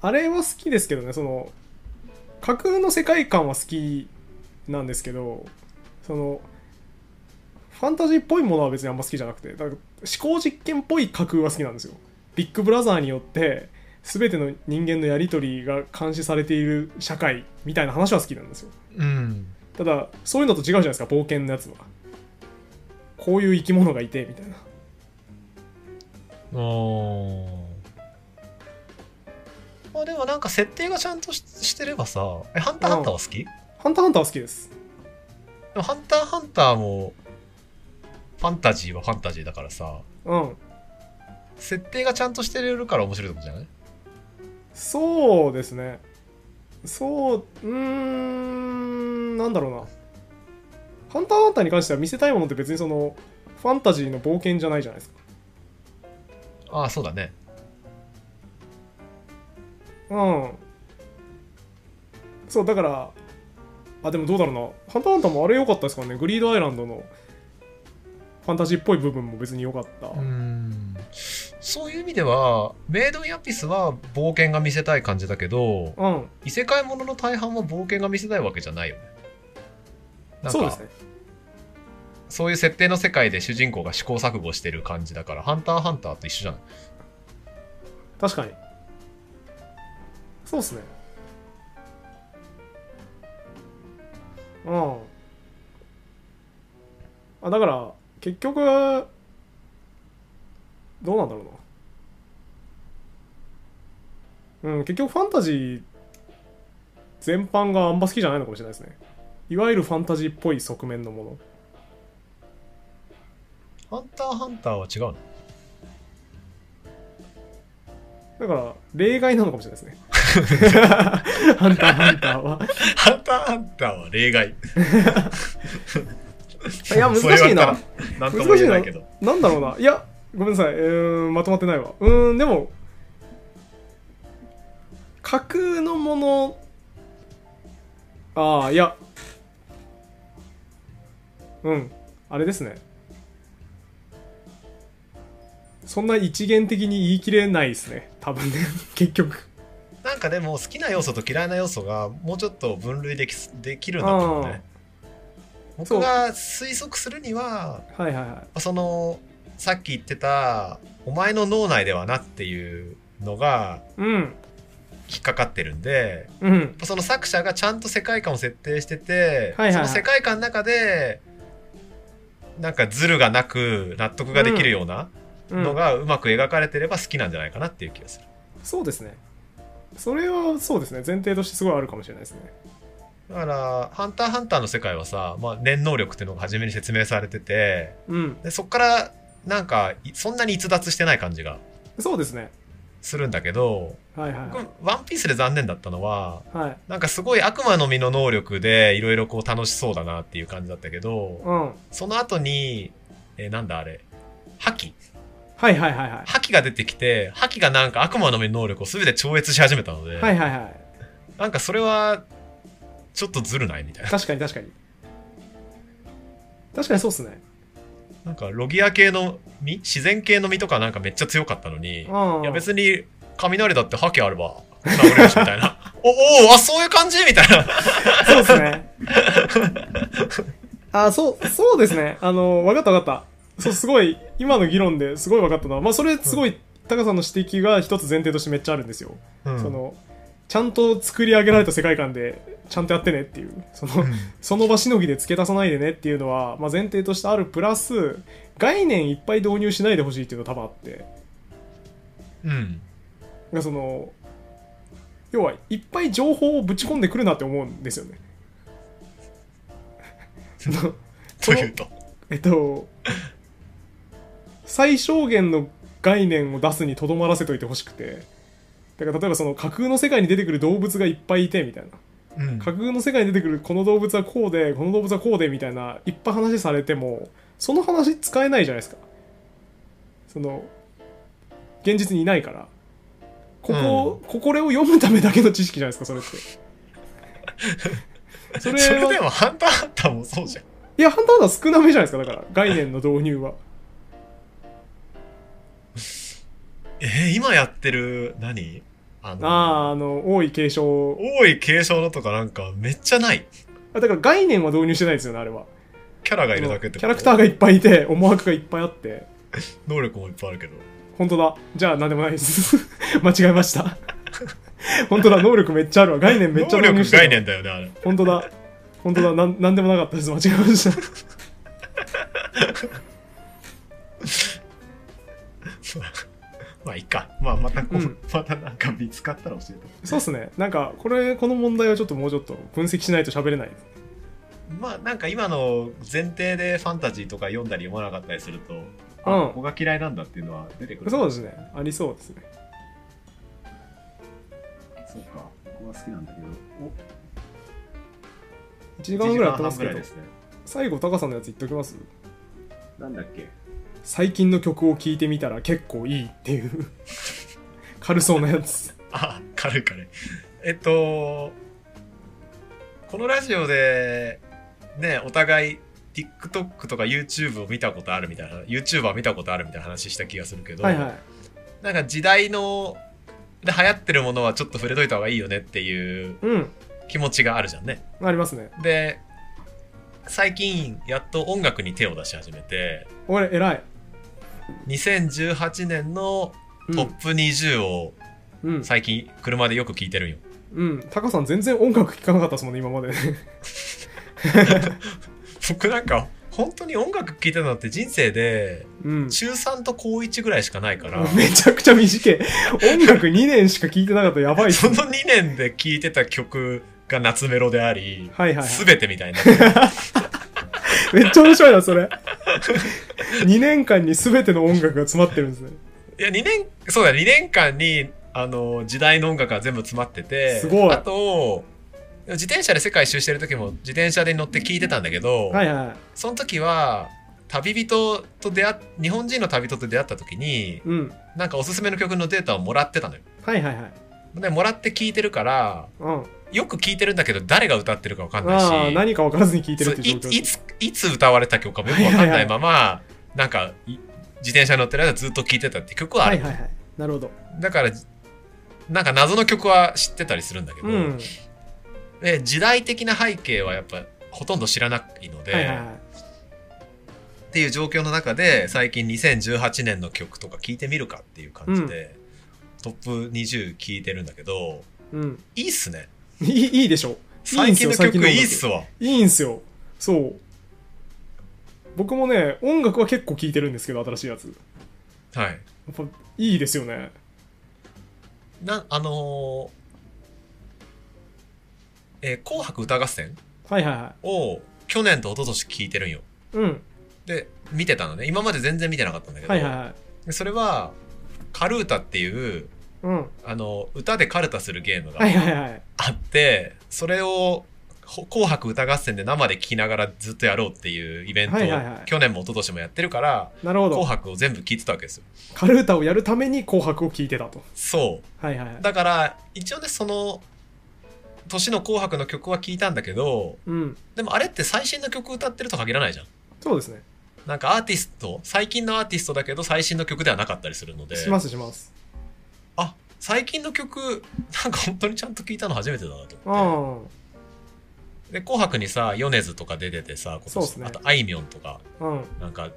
B: あれは好きですけどねその架空の世界観は好きなんですけどそのファンタジーっぽいものは別にあんま好きじゃなくてだから思考実験っぽい架空は好きなんですよビッグブラザーによって全ての人間のやり取りが監視されている社会みたいな話は好きなんですよ
C: うん。
B: ただそういうのと違うじゃないですか冒険のやつはこういう生き物がいてみたいな
C: おまあでもなんか設定がちゃんとししてればさえハンターハンターは好き、で
B: ハンターハンターは好きです
C: もハンターハンターもファンタジーはファンタジーだからさ
B: うん
C: 設定がちゃんとしてるから面白いとこじゃない
B: そうですね。そう、うーん、なんだろうな。ハンターハンターに関しては見せたいものって別にその、ファンタジーの冒険じゃないじゃないですか。
C: ああそうだね
B: うん。そう、だから、あ、でもどうだろうな。ハンターハンターもあれ良かったですからね。グリードアイランドのファンタジーっぽい部分も別に良かった。
C: んそういう意味ではメイド・イン・アピスは冒険が見せたい感じだけど
B: うん、
C: 異世界ものの大半は冒険が見せたいわけじゃないよねなん
B: そうで
C: か
B: すね。
C: そういう設定の世界で主人公が試行錯誤してる感じだから、ハンターハンターと一緒じゃない
B: 確かにそうっすねうんあだから結局どうなんだろうなうん結局ファンタジー全般があんま好きじゃないのかもしれないですねいわゆるファンタジーっぽい側面のもの
C: ハンターハンターは違うの
B: だから例外なのかもしれない [LAUGHS] ですねハンターハンターは
C: ハンターハンターは例外。
B: いや難
C: それは
B: しいな
C: なんとも言えないけど。
B: なんだろうな、いや、ごめんなさい、えー、まとまってないわ。うーん、でも、架空のもの、ああ、いや、うん、あれですね。そんな一元的に言い切れないですね、多分
C: [LAUGHS]
B: ね、結局。
C: なんかでも好きな要素と嫌いな要素がもうちょっと分類できすできるんだと思うね。
B: そう
C: 僕が推測するには、
B: はいはいはい。
C: その、さっき言ってた、お前の脳内ではなっていうのが、
B: うん、
C: 引っかかってるんで
B: うん
C: やっぱその作者がちゃんと世界観を設定してて、
B: はいはいはい
C: その世界観の中でなんかズルがなく納得ができるような
B: うん
C: のがうまく描かれてれば好きなんじゃないかなっていう気がする、
B: そうですねそれはそうですね前提としてすごいあるかもしれないですね
C: だから「ハンターハンター」の世界はさ、まあ、念能力っていうのが初めに説明されてて
B: うん
C: でそっからなんかいそんなに逸脱してない感じが
B: そうですね
C: するんだけど
B: はいはい
C: 僕「ワンピースで残念だったのは
B: はい
C: なんかすごい悪魔の実の能力でいろいろこう楽しそうだなっていう感じだったけど、
B: うんはい
C: その後に、えーなんだあれ、覇気
B: はいはいはいは
C: 覇気が出てきて、覇気がなんか悪魔の目能力を全て超越し始めたの
B: い
C: で、
B: はいはい
C: なんかそれは、ちょっとずるないみたいな。 [LAUGHS]
B: 確かに確かに確かにそうっすね
C: なんかロギア系の実自然系の実とかなんかめっちゃ強かったのに、
B: うん
C: いや別に雷だって覇気あれば治れるしみたいな。 [LAUGHS] おおーあ、そういう感じみたいな。
B: そうですね。あ、そう、そうですね。あの、わかったわかった。そう、すごい、今の議論ですごいわかったのは、まあ、それ、すごい、タカさんの指摘が一つ前提としてめっちゃあるんですよ。
C: うん
B: その、ちゃんと作り上げられた世界観で、ちゃんとやってねっていう、その、 [LAUGHS] その場しのぎで付け足さないでねっていうのは、まあ、前提としてあるプラス、概念いっぱい導入しないでほしいっていうの多分あって、
C: うん。
B: がその、要は、いっぱい情報をぶち込んでくるなって思うんです
C: [LAUGHS]
B: よね。その
C: というと。
B: えっと、最小限の概念を出すにとどまらせといてほしくて、だから例えばその架空の世界に出てくる動物がいっぱいいてみたいな、
C: うん
B: 架空の世界に出てくるこの動物はこうで、この動物はこうでみたいな、いっぱい話されても、その話使えないじゃないですか。その、現実にいないから。ここ、ここれを読むためだけの知識じゃないですか、それ
C: [LAUGHS]
B: って。そ
C: それ
B: は
C: でもハンターハンターもそうじゃん。
B: いや、ハンターハンター少なめじゃないですか、だから、概念の導入は。
C: えー今やってる、何あの
B: ああ、あの、多い継承。
C: 多い継承のとかなんかめっちゃない
B: あだから概念は導入してないですよね、あれは。
C: キャラがいるだけって
B: キャラクター
C: が
B: がいっぱいいて、思惑がいっぱいあって。
C: 能力もいっぱいあるけど
B: 本当だ。じゃあ、なんでもないです。 [LAUGHS] 間違えました。本当だ、能力めっちゃあるわ。概念めっちゃ
C: 能
B: 導入
C: 力
B: してる
C: 概。念だよねあれ
B: 本当だ。本当だ、なんなんでもなかったです。間違えました。 [LAUGHS]
C: まあいいかまあまたこう、
B: うん
C: またなんか見つかったら教えて
B: そうっすね。なんか、これ、この問題はちょっともうちょっと分析しないと喋れない。
C: まあなんか今の前提でファンタジーとか読んだり読まなかったりすると、あ
B: うん
C: ここが嫌いなんだっていうのは出てくる
B: そうですね。ありそうですね。
A: そうか、ここは好きなんだけど。
B: 1時間ぐらいやってま
C: 半
B: す
C: ぐ
B: け
C: らい
B: ど
C: で、すね
B: 最後、タカさんのやつ言っときます
A: お、なんだっけ。
B: 最近の曲を聴いてみたら結構いいっていう [LAUGHS] 軽そうなやつ
C: [LAUGHS] あ軽い軽いえっとこのラジオでねお互い TikTok とか YouTube を見たことあるみたいな YouTuber 見たことあるみたいな話した気がするけど、
B: はいはい
C: なんか時代ので流行ってるものはちょっと触れといた方がいいよねっていう
B: うん
C: 気持ちがあるじゃんね。
B: ありますね
C: で最近やっと音楽に手を出し始めて
B: 俺偉い
C: 2018年の
B: うん
C: トップ20を
B: うん
C: 最近車でよく聞いてるんよ。
B: うんタカさん全然音楽聴かなかったですもんね今までね
C: 僕なんか本当に音楽聴いてたのって人生で
B: うん
C: 中3と高1ぐらいしかないから、
B: [LAUGHS] めちゃくちゃ短い音楽2年しか聴いてなかったらやばいっす
C: そ
B: ね
C: の2年で聴いてた曲が夏メロであり、
B: はいはい、は
C: 全てみたいな。
B: い、めっちゃ面白いなそれ2年間に全ての音楽が詰まってるんですね
C: いや、2年、そうだ、2年間に、あの、時代の音楽が全部詰まってて、
B: すごい
C: あと、自転車で世界一周してる時も自転車で乗って聞いてたんだけど、
B: はいはい
C: その時は、旅人と出会っ、日本人の旅人と出会った時に、
B: うん
C: なんかおすすめの曲のデータをもらってたのよ。
B: はいはいはい
C: で、もらって聞いてるから、
B: うん
C: よく聞いてるんだけど、誰が歌ってるかわかんないし、
B: ああ何か分からずに聴いてる
C: そう
B: ってい
C: いう
B: 状況
C: いつ、いつ歌われた曲かもよくわかんないまま、なんか、い自転車に乗ってる間ずっと聴いてたって曲はあ
B: は
C: る
B: いはいはいなるほど
C: だからなんか謎の曲は知ってたりするんだけど、
B: うん
C: で時代的な背景はやっぱほとんど知らないので、
B: はいはいはい
C: っていう状況の中で最近2018年の曲とか聴いてみるかっていう感じで、トップ20聴いてるんだけど
B: うん。
C: いいっすね。
B: いいいいでしょ。いい
C: 最
B: んすよ
C: 近の曲
B: 最近の音楽
C: いいっすわ。
B: いいんすよ。そう。僕もね、音楽は結構聴いてるんですけど、新しいやつ。や
C: はい。
B: っぱ、いいですよね。
C: な、あのーえー紅白歌合戦
B: はいはいは
C: を去年と一昨年聞いてるんよ。
B: い。うん。
C: で、見てたのね。今まで全然見てなかったんだけど、
B: はいはいはい。
C: でそれは、カルータっていう、
B: うん。
C: あの、歌でカルタするゲームが
B: はいはいはい。
C: あって、それを、ほ紅白歌合戦で生で聴きながらずっとやろうっていうイベントを
B: はいはいはい
C: 去年も一昨年もやってるから、
B: なるほ
C: 紅
B: ど。
C: 白を全部聴いてたわけですよ。
B: カルータをやるために紅白を聴いてたと。
C: そう。
B: はいはいはい。
C: だから一応ねその年の「紅白」の曲は聞いたんだけど
B: うん。
C: でもあれって最新の曲歌ってると限らないじゃん
B: そうですね。
C: なんかアーティスト最近のアーティストだけど最新の曲ではなかったりするので
B: しますします。
C: あ最近の曲なんか本当にちゃんと聞いたの初めてだなと
B: う
C: 思っ
B: ん。 [LAUGHS]
C: てで「紅白」にさ米津とか出ててさ今
B: そうっ
C: 年、
B: すね
C: あとあいみょんとか
B: うん。
C: なんか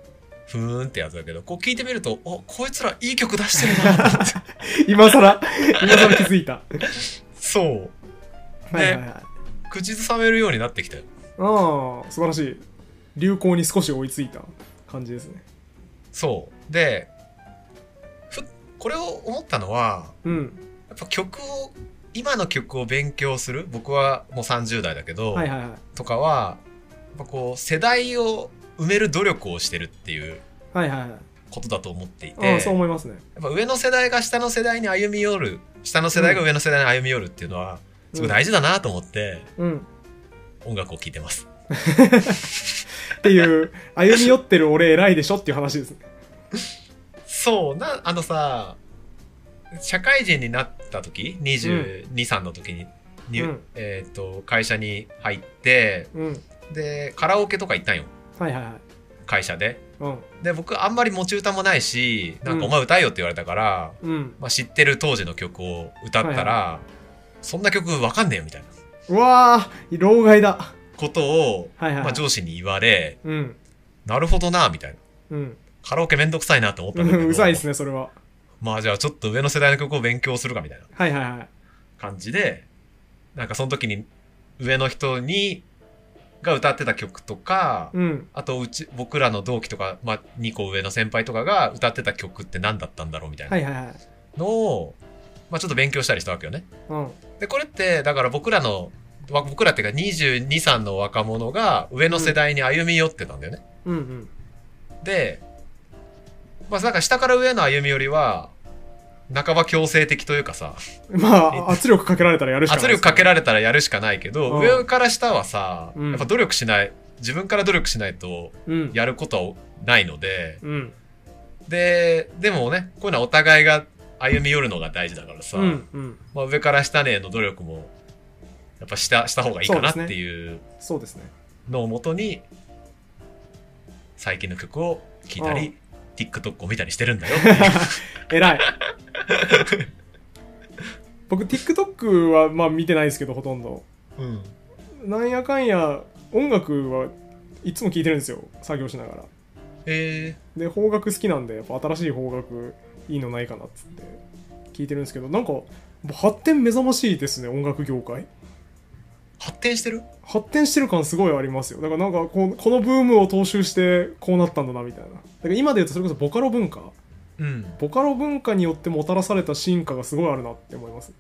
C: ふーんってやつだけどこう聞いてみるとおこいつらいい曲出して
B: [LAUGHS]
C: るなと思って
B: 今さら、今さら気づいた。は
C: そう
B: いはいはい。
C: 口ずさめるようになってきたよ
B: ああ、素晴らしい。流行に少し追いついた感じですね。
C: そう。で、ふこれを思ったのは、
B: うん。
C: やっぱ曲を、今の曲を勉強する、僕はもう30代だけど、
B: はいはいはい。
C: とかは、やっぱこう、世代を埋める努力をしてるっていう
B: はいはいはい。
C: ことだと思っていて、
B: ああ、そう
C: やっ
B: 思いますね。
C: ぱ上の世代が下の世代に歩み寄る、下の世代が上の世代に歩み寄るっていうのは、すごい大事だなと思って、
B: うん。
C: 音楽を聴いてます。
B: っていう、歩み寄ってる俺偉いでしょっていう話ですね。
C: そうなあのさ社会人になった時2223、3の時にに、
B: うん
C: えー、と会社に入って
B: うん。
C: でカラオケとか行ったんよ
B: はいはいはい。
C: 会社で
B: うん。
C: で僕あんまり持ち歌もないし「なん
B: うん
C: かお前歌えよ」って言われたから、
B: うん。
C: まあ、知ってる当時の曲を歌ったら、そんな曲わかんねえよみたいな
B: うわー、老害だ。
C: ことを、
B: はいはいはい
C: まあ、上司に言われ
B: うん。
C: なるほどなみたいな
B: うん。
C: カラオケめんどくさいなと思った
B: うん
C: だけ
B: [LAUGHS]
C: ど
B: んうざいですね、それは。
C: まあじゃあちょっと上の世代の曲を勉強するかみたいな
B: はいはいはい。
C: 感じで、なんかその時に上の人に、が歌ってた曲とか、
B: うん。
C: あとうち、僕らの同期とか、まあ、2個上の先輩とかが歌ってた曲って何だったんだろうみたい
B: は
C: ない
B: はいはい。
C: のを、まあ、ちょっと勉強したりしたわけよね。
B: うん。
C: で、これって、だから僕らの、わ僕らっていうか22、3の若者が上の世代に歩み寄ってたんだよね。
B: うんうん。
C: で、まあ、なんか下から上への歩み寄りは、半ば強制的というかさ、
B: まあ、圧力かけられたらやるしかないで
C: 圧
B: すね、
C: 力かけられたらやるしかないけど、
B: うん
C: 上から下はさ、
B: うん
C: やっぱ努力しない自分から努力しないと
B: うん。
C: やることはないので
B: うん。
C: ででもねこういうのはお互いが歩み寄るのが大事だからさ、
B: うん。うん。
C: まあ、上から下への努力もやっぱしたした方がいいかなっていう
B: そうですね。
C: のをもとに、最近の曲を聴いたり、TikTok を見たりしてるんだよっていう
B: [LAUGHS] 偉い。僕、TikTok はまあ見てないですけど、ほとんど。
C: うん
B: なんやかんや、音楽はいつも聴いてるんですよ、作業しながら。
C: え
B: で、邦楽好きなんで、やっぱ新しい邦楽いいのないかなっつって聞いてるんですけど、なんか、発展目覚ましいですね、音楽業界。
C: ー発展してる
B: 発展してる感すごいありますよ。だからなんかこの、このブームを踏襲して、こうなったんだな、みたいな。だから今で言うと、それこそボカロ文化。
C: うん
B: ボカロ文化によってもたらされた進化がすごいあるなって思います。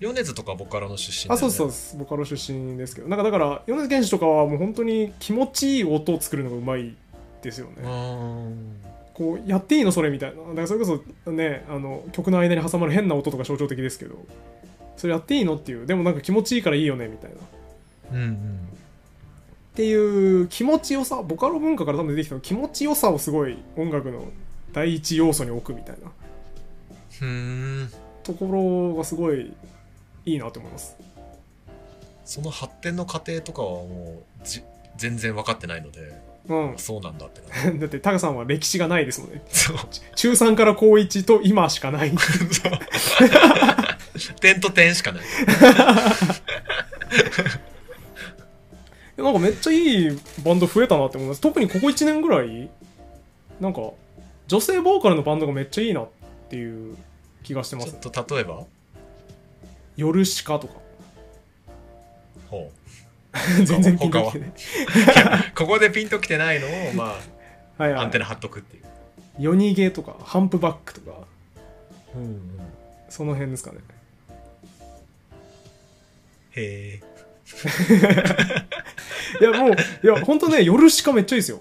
C: 米津とかボカロの出身だ
B: あ、
C: よ
B: そ
C: ね
B: うです、そうです。ボカロ出身ですけど。なんかだから、米津玄師とかはもう本当に気持ちいい音を作るのがうまいですよね。
C: うーん
B: こうやっていいのそれみたいなだからそれこそねあの曲の間に挟まる変な音とか象徴的ですけどそれやっていいのっていうでもなんか気持ちいいからいいよねみたいなっ
C: うんうん
B: ていう気持ちよさボカロ文化から多分出てきた気持ちよさをすごい音楽の第一要素に置くみたいな
C: ふーん
B: ところがすごいいいなと思います
C: その発展の過程とかはもうじ全然分かってないので
B: うん [LAUGHS]
C: そうなんだってな
B: だってタカさんは歴史がないですもんね
C: そう [LAUGHS]
B: 中3から高1と今しかない [LAUGHS]
C: そう点と点しかない
B: いやなんかめっちゃいいバンド増えたなって思います特にここ1年ぐらいなんか女性ボーカルのバンドがめっちゃいいなっていう気がしてま
C: ちょ
B: す
C: っと例えば
B: 夜しかとか
C: ほ
B: [LAUGHS] 全然ピンときてない
C: う [LAUGHS] ここでピンときてないのを、ま
B: はい
C: あ、
B: は
C: アンテ
B: い
C: ナ張っとくっていう。
B: 夜逃げとかハンプバックとか
C: うんうん、へ
B: その辺ですかね
C: え。
B: いやもういや本当ね夜しかめっちゃいいですよ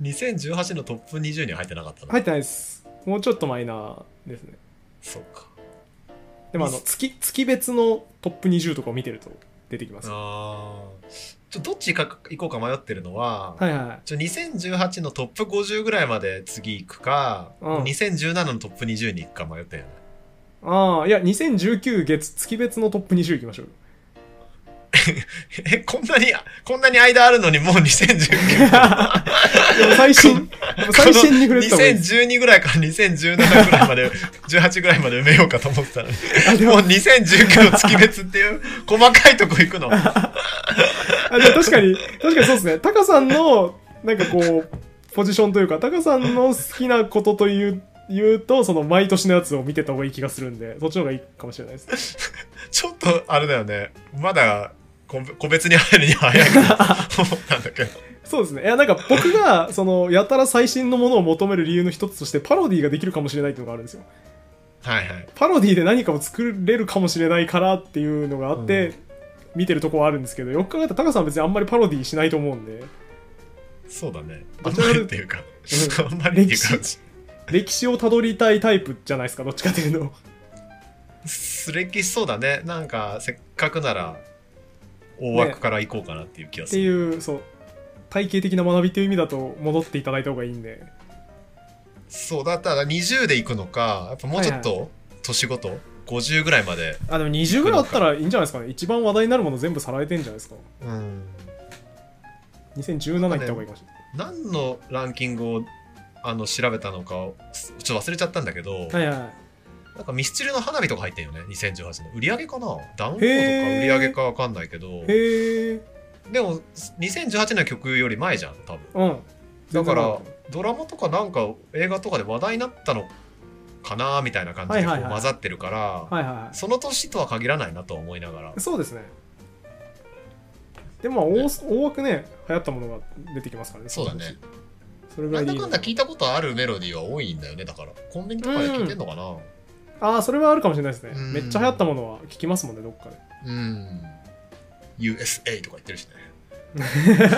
C: 2018のトップ20には入ってなかったの、
B: 入ってないですもうちょっとマイナーですね
C: そうか。
B: でもあの月月別のトップ20とかを見てると出てきますは
C: ああ。ちょ、どっちか行こうか迷ってるのは、
B: いはいはい
C: ちょ2018のトップ50ぐらいまで次行くか、
B: うん
C: 2017のトップ20に行くか迷ってるよね。
B: ああいや2019月月別のトップ20いきましょうよ
C: え、こんなに、こんなに間あるのにもう2019。
B: [LAUGHS] でも最
C: [LAUGHS]
B: 新最新に触れてた方がいいです
C: 2012ぐらいから2017ぐらいまで、18ぐらいまで埋めようかと思ってた
B: [LAUGHS]
C: のに。
B: あで
C: もう
B: も
C: 2019の月別っていう細かいとこ行くの。
B: あでも確かに確かにそうですねタカさんのなんかこうポジションというかタカさんの好きなことという言うとその毎年のやつを見てた方がいい気がするんでそっちの方がいいかもしれないです
C: ちょっとあれだよね。まだ個個別に入るには早いかなと思ったんだけど。
B: そうですね。いや、なんか僕
C: [LAUGHS]
B: が、その、やたら最新のものを求める理由の一つとして、パロディができるかもしれないっていうのがあるんですよ。
C: はいはい。
B: パロディで何かを作れるかもしれないからっていうのがあって、
C: うん
B: 見てるとこはあるんですけど、よく考えたらタカさんは別にあんまりパロディしないと思うんで、
C: そうだね。あ
B: ど
C: ん
B: ちら
C: ま
B: かと
C: りっていうか、
B: う
C: あんまりっていう
B: 歴
C: か、
B: 歴史をたどりたいタイプじゃないですか、どっちかって
C: [LAUGHS]
B: いうと。
C: すれきしそうだね。なんか、せっかくなら、大枠から行こうかなっていう気が
B: っ
C: す
B: て
C: る。
B: いう、そう、体系的な学びという意味だと、戻っていただいた方がいいんで。
C: そう、だったら20で行くのか、やっぱもうちょっ
B: は
C: と、年ごと、50ぐらいまで、
B: あ、でも20ぐらいあったらいいんじゃないですかね。一番話題になるもの全部さらえてんじゃないですか。
C: うん、
B: 2017行った方がいいかもしれない。
C: 何のランキングをあの調べたのかを、すちょっと忘れちゃったんだけど、
B: はいはいはい。
C: なんかミスチルの花火とか入ってんよね、2018の。売り上げかなダウンロードか
B: へー
C: 売り上げかわかんないけど、
B: へえ。
C: でも、2018の曲より前じゃん、多分。
B: うん。
C: だか
B: 全然わ
C: ら
B: んない
C: ドラマとかなんか映画とかで話題になったのかなみたいな感じ
B: はい
C: でこ
B: はいうはい
C: 混ざってるから、
B: はいはいは
C: その年とは限らないなとは思いながら
B: い。そうですね。でも、まあ大す、大枠ね、流行ったものが出てきますからね。
C: そうだね。
B: それぐら
C: な
B: い
C: ん
B: で
C: だ
B: いい
C: かんだ聞いたことあるメロディーは多いんだよねだからコンビニとかで聞いてんのかな
B: ああ、それはあるかもしれないですね
C: う。ん
B: めっちゃ流行ったものは聞きますもんね、どっかで。 [LAUGHS]
C: うん USA とか言ってるしね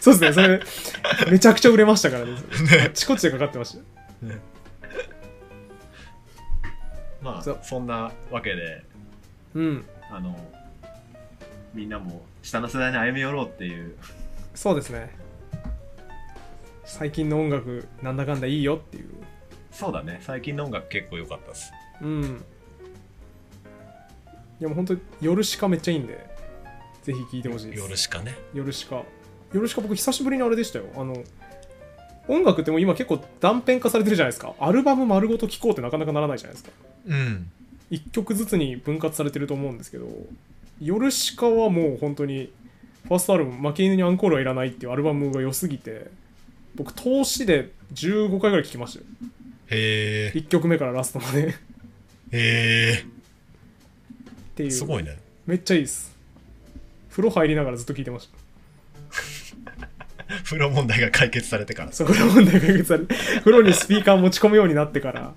B: そうですね、それ、めちゃくちゃ売れましたからね。あっちこっちでかかってました。
C: まあ
B: そう
C: そんなわけで
B: うん。
C: あのみんなも下の世代に歩み寄ろうっていう
B: そうですね。最近の音楽、なんだかんだいいよっていう。
C: そうだね最近の音楽結構良かったっす
B: うん。いや、もう本当に、夜しかめっちゃいいんで、ぜひ聞いてほしいです。
C: 夜しかね
B: ヨルシカヨルシカ僕久しぶりにあれでしたよあの音楽ってもう今結構断片化されてるじゃないですかアルバム丸ごと聴こうってなかなかならないじゃないですか
C: うん
B: 1曲ずつに分割されてると思うんですけどヨルシカはもう本当にファーストアルバム「負け犬にアンコールはいらない」っていうアルバムが良すぎて僕投資で15回ぐらい聴きましたよ
C: へえ
B: 1曲目からラストまでっ
C: へ
B: てい
C: え
B: う
C: すごいね [LAUGHS]
B: めっちゃいいです風呂入りながらずっと聴いてました
C: 風呂問題が解決されてから
B: そう風呂問題解決されて風呂にスピーカー持ち込むようになってから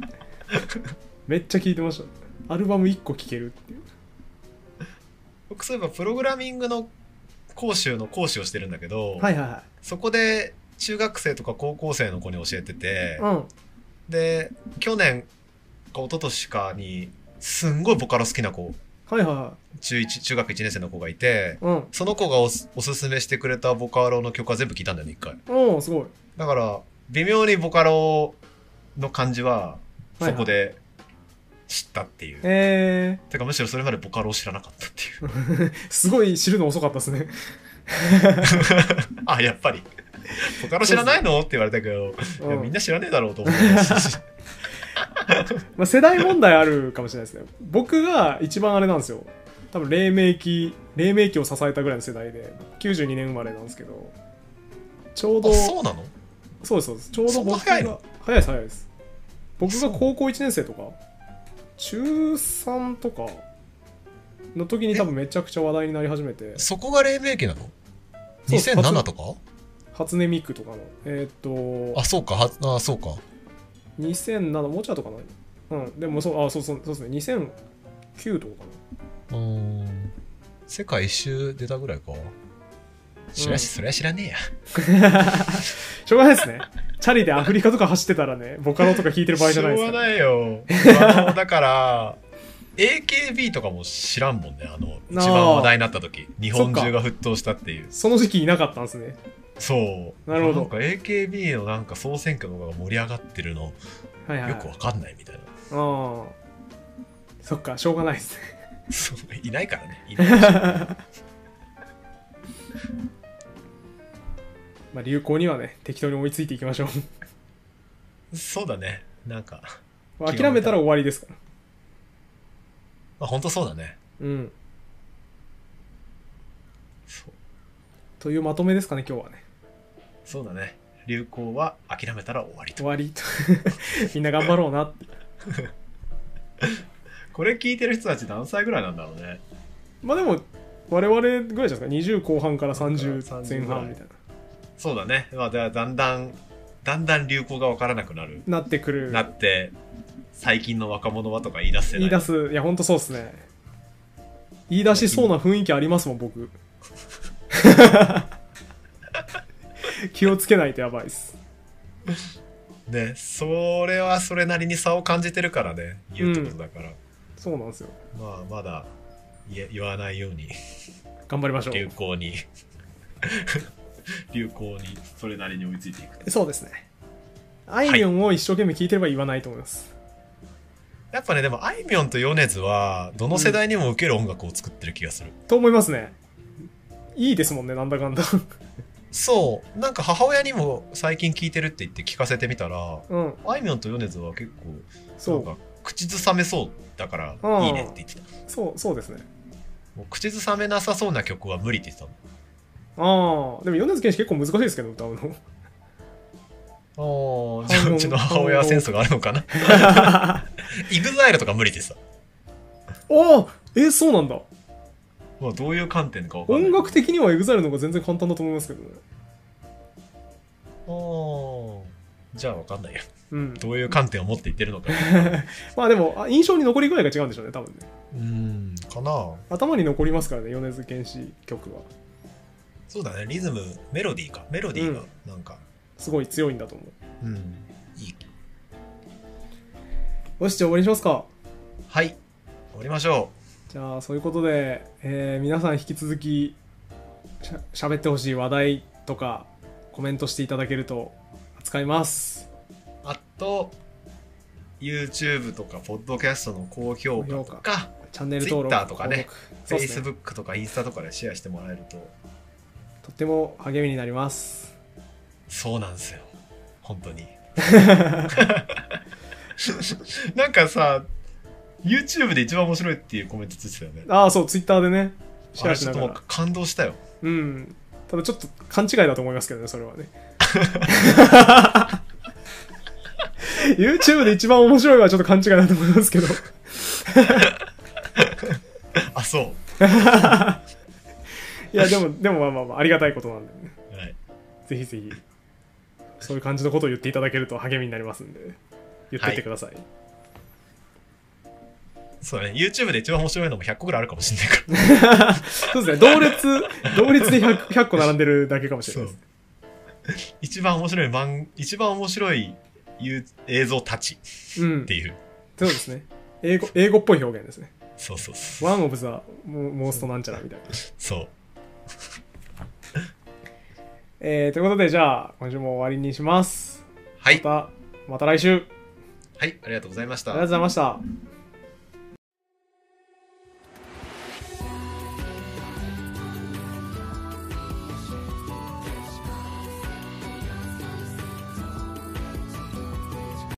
B: めっちゃ聞いてましたアルバム1個聴けるっていう
C: 僕そういえばプログラミングの講習の講師をしてるんだけど、
B: はいは
C: そこで中学生とか高校生の子に教えてて
B: い、はい
C: で去年か一昨年かにすんごいボカロ好きな子
B: うんはいは
C: 中一中学1年生の子がいて
B: いはい
C: その子がおすおすすめしてくれたボカロの曲は全部聞いたんだよね一回
B: うんおおすごい
C: だから微妙にボカロの感じはそこで知ったっていう、
B: え
C: てかむしろそれまでボカロを知らなかったっていう
B: ー、すごい知るの遅かったですね
C: [LAUGHS] あ、やっぱり。ボカロ知らないのって言われたけど、いや
B: うん
C: みんな知らねえだろうと思って [LAUGHS] ましたし。
B: まあ、世代問題あるかもしれないですね僕が一番あれなんですよ多分黎明期黎明期を支えたぐらいの世代で92年生まれなんですけどちょうど
C: あ、そうなの
B: そうですそうですちょうど
C: そんな
B: 僕が
C: 早いの
B: 早いです早いです僕が高校1年生とか中3とかの時に多分めちゃくちゃ話題になり始めて
C: そこが黎明期なの
B: そう初
C: ?2007 とか
B: 初音ミクとかのえーっと
C: あ、そうか、はあ、そうか。
B: 2007もうちょい後かなうんでもそうあそうそうそうですね2009とかかな
C: うーん。世界一周出たぐらいか。知らし、それは知らねえや。
B: しょうがないです
C: [LAUGHS]
B: ねチャリでアフリカとか走ってたらねボカロとか聞いてる場合じゃないです
C: しょう
B: か
C: が
B: ら
C: な
B: [LAUGHS]
C: いよ。あのだから、AKB とかも知らんもんね、あの、一番話題になった時。日本中が沸騰したっていう。
B: その時期いなかったんですね
C: そう。
B: なるほど
C: なんか AKB のなんか総選挙の方が盛り上がってるの、
B: はいはい
C: よくわかんないみたいな。
B: ああそっかしょうがないですね
C: そういないからね。 [LAUGHS] いないし
B: まあ流行にはね適当に追いついていきましょう
C: そうだね。なんか、
B: まあ諦めたら終わりですから
C: まあ、本当そうだね。
B: うん
C: そう
B: というまとめですかね今日はね
C: そうだね。流行は諦めたら終わりと
B: 終。 [LAUGHS] わりとみんな頑張ろうなって
C: これ聞いてる人たち何歳ぐらいなんだろうね。
B: まあでも我々ぐらいじゃないですか20後半から30前半みたい
C: そうだね。まあ、ではだんだん、だんだん流行がわからなくなる。
B: ななってくる
C: なって、最近の若者はとか言い出せない。
B: 言い出すいやほんとそうっすね言い出しそうな雰囲気ありますもん
C: [LAUGHS]
B: 僕気をつけないとやばいっす
C: ね。それはそれなりに差を感じてるからね。言うってことだから。
B: そうなんですよ
C: まあ、まだ言え言わないように、
B: 頑張りましょ
C: 流
B: う
C: 行に。 [LAUGHS] 流行にそれなりに追いついていく
B: そうですねあいみょんを一生懸命聞いてれば言わないと思います、
C: やっぱねでもあいみょんと米津はどの世代にも受ける音楽を作ってる気がする、
B: と思いますねいいですもんねなんだかん [LAUGHS] だ
C: そうなんか母親にも最近聞いてるって言って聞かせてみたら
B: うん
C: あいみょんと米津は結構
B: そ
C: な
B: うん
C: か口ずさめそうだから
B: うん
C: いいねって言ってた
B: そうそうですね
C: もう口ずさめなさそうな曲は無理って言って
B: ああでも米津玄師結構難しいですけど歌うの
C: [LAUGHS] たもんああ
B: じゃあ
C: うちの母親はセンスがある
B: [LAUGHS]
C: のかなイグザイルとか無理って言ってた
B: おおえそうなんだ
C: まあどういう観点かわかんない
B: 音楽的には EXILE の方が全然簡単だと思いますけどね
C: あーじゃあわかんないよ
B: うん
C: どういう観点を持って言ってるのか
B: まあでもあ印象に残り具合が違うんでしょうね多分ね
C: うんかな
B: 頭に残りますからね米津玄師曲は
C: そうだねリズムメロディーかメロディーがなんか
B: すごい強いんだと思
C: うん、いいう
B: よしじゃあ終わりにしますか
C: はい終わりましょ
B: じゃあそういうことで、えー皆さん引き続きしゃ喋ってほしい話題とかコメントしていただけると扱います
C: うあと YouTube とかポッドキャストの高評価
B: 高
C: と
B: 評
C: か
B: チャンネル登録
C: Twitter とかね
B: 登録そうですね
C: Facebook とかインスタとかでシェアしてもらえると
B: とっても励みになります
C: そうなんですよ本当 [LAUGHS] になんかさ YouTube で一番面白いっていうコメントついてたよね
B: ああそう Twitter でねシ
C: あ
B: ェア
C: れ
B: し
C: ちょ
B: な
C: っと
B: が
C: も
B: ら
C: う感動したよ
B: うんただちょっと勘違いだと思いますけどねそれは
C: [LAUGHS]
B: ね YouTube で一番面白いはちょっと勘違いだと思いますけど
C: あそ
B: いやでもでもまあまあまあありがたいことなんでね
C: う、はい、
B: ぜひぜひそういう感じのことを言っていただけると励みになりますんで言ってってください、
C: そうだね YouTube で一番面白いのも100個ぐらいあるかもしれないから
B: そうですね同列同列で 100, 100個並んでるだけかもしれ
C: そ
B: ないうです。
C: 一番面白い漫、一番面白いゆう映像たち
B: うん
C: っていう。
B: そうですね英語英語っぽい表現ですね
C: そうそうそう。
B: ワンオブザモーストなんちゃらみたいな
C: そう。
B: えー、ということでじゃあ今週も終わりにします
C: は
B: ま
C: い。
B: たまた来週
C: はい、ありがとうございました
B: ありがとうご。ざいました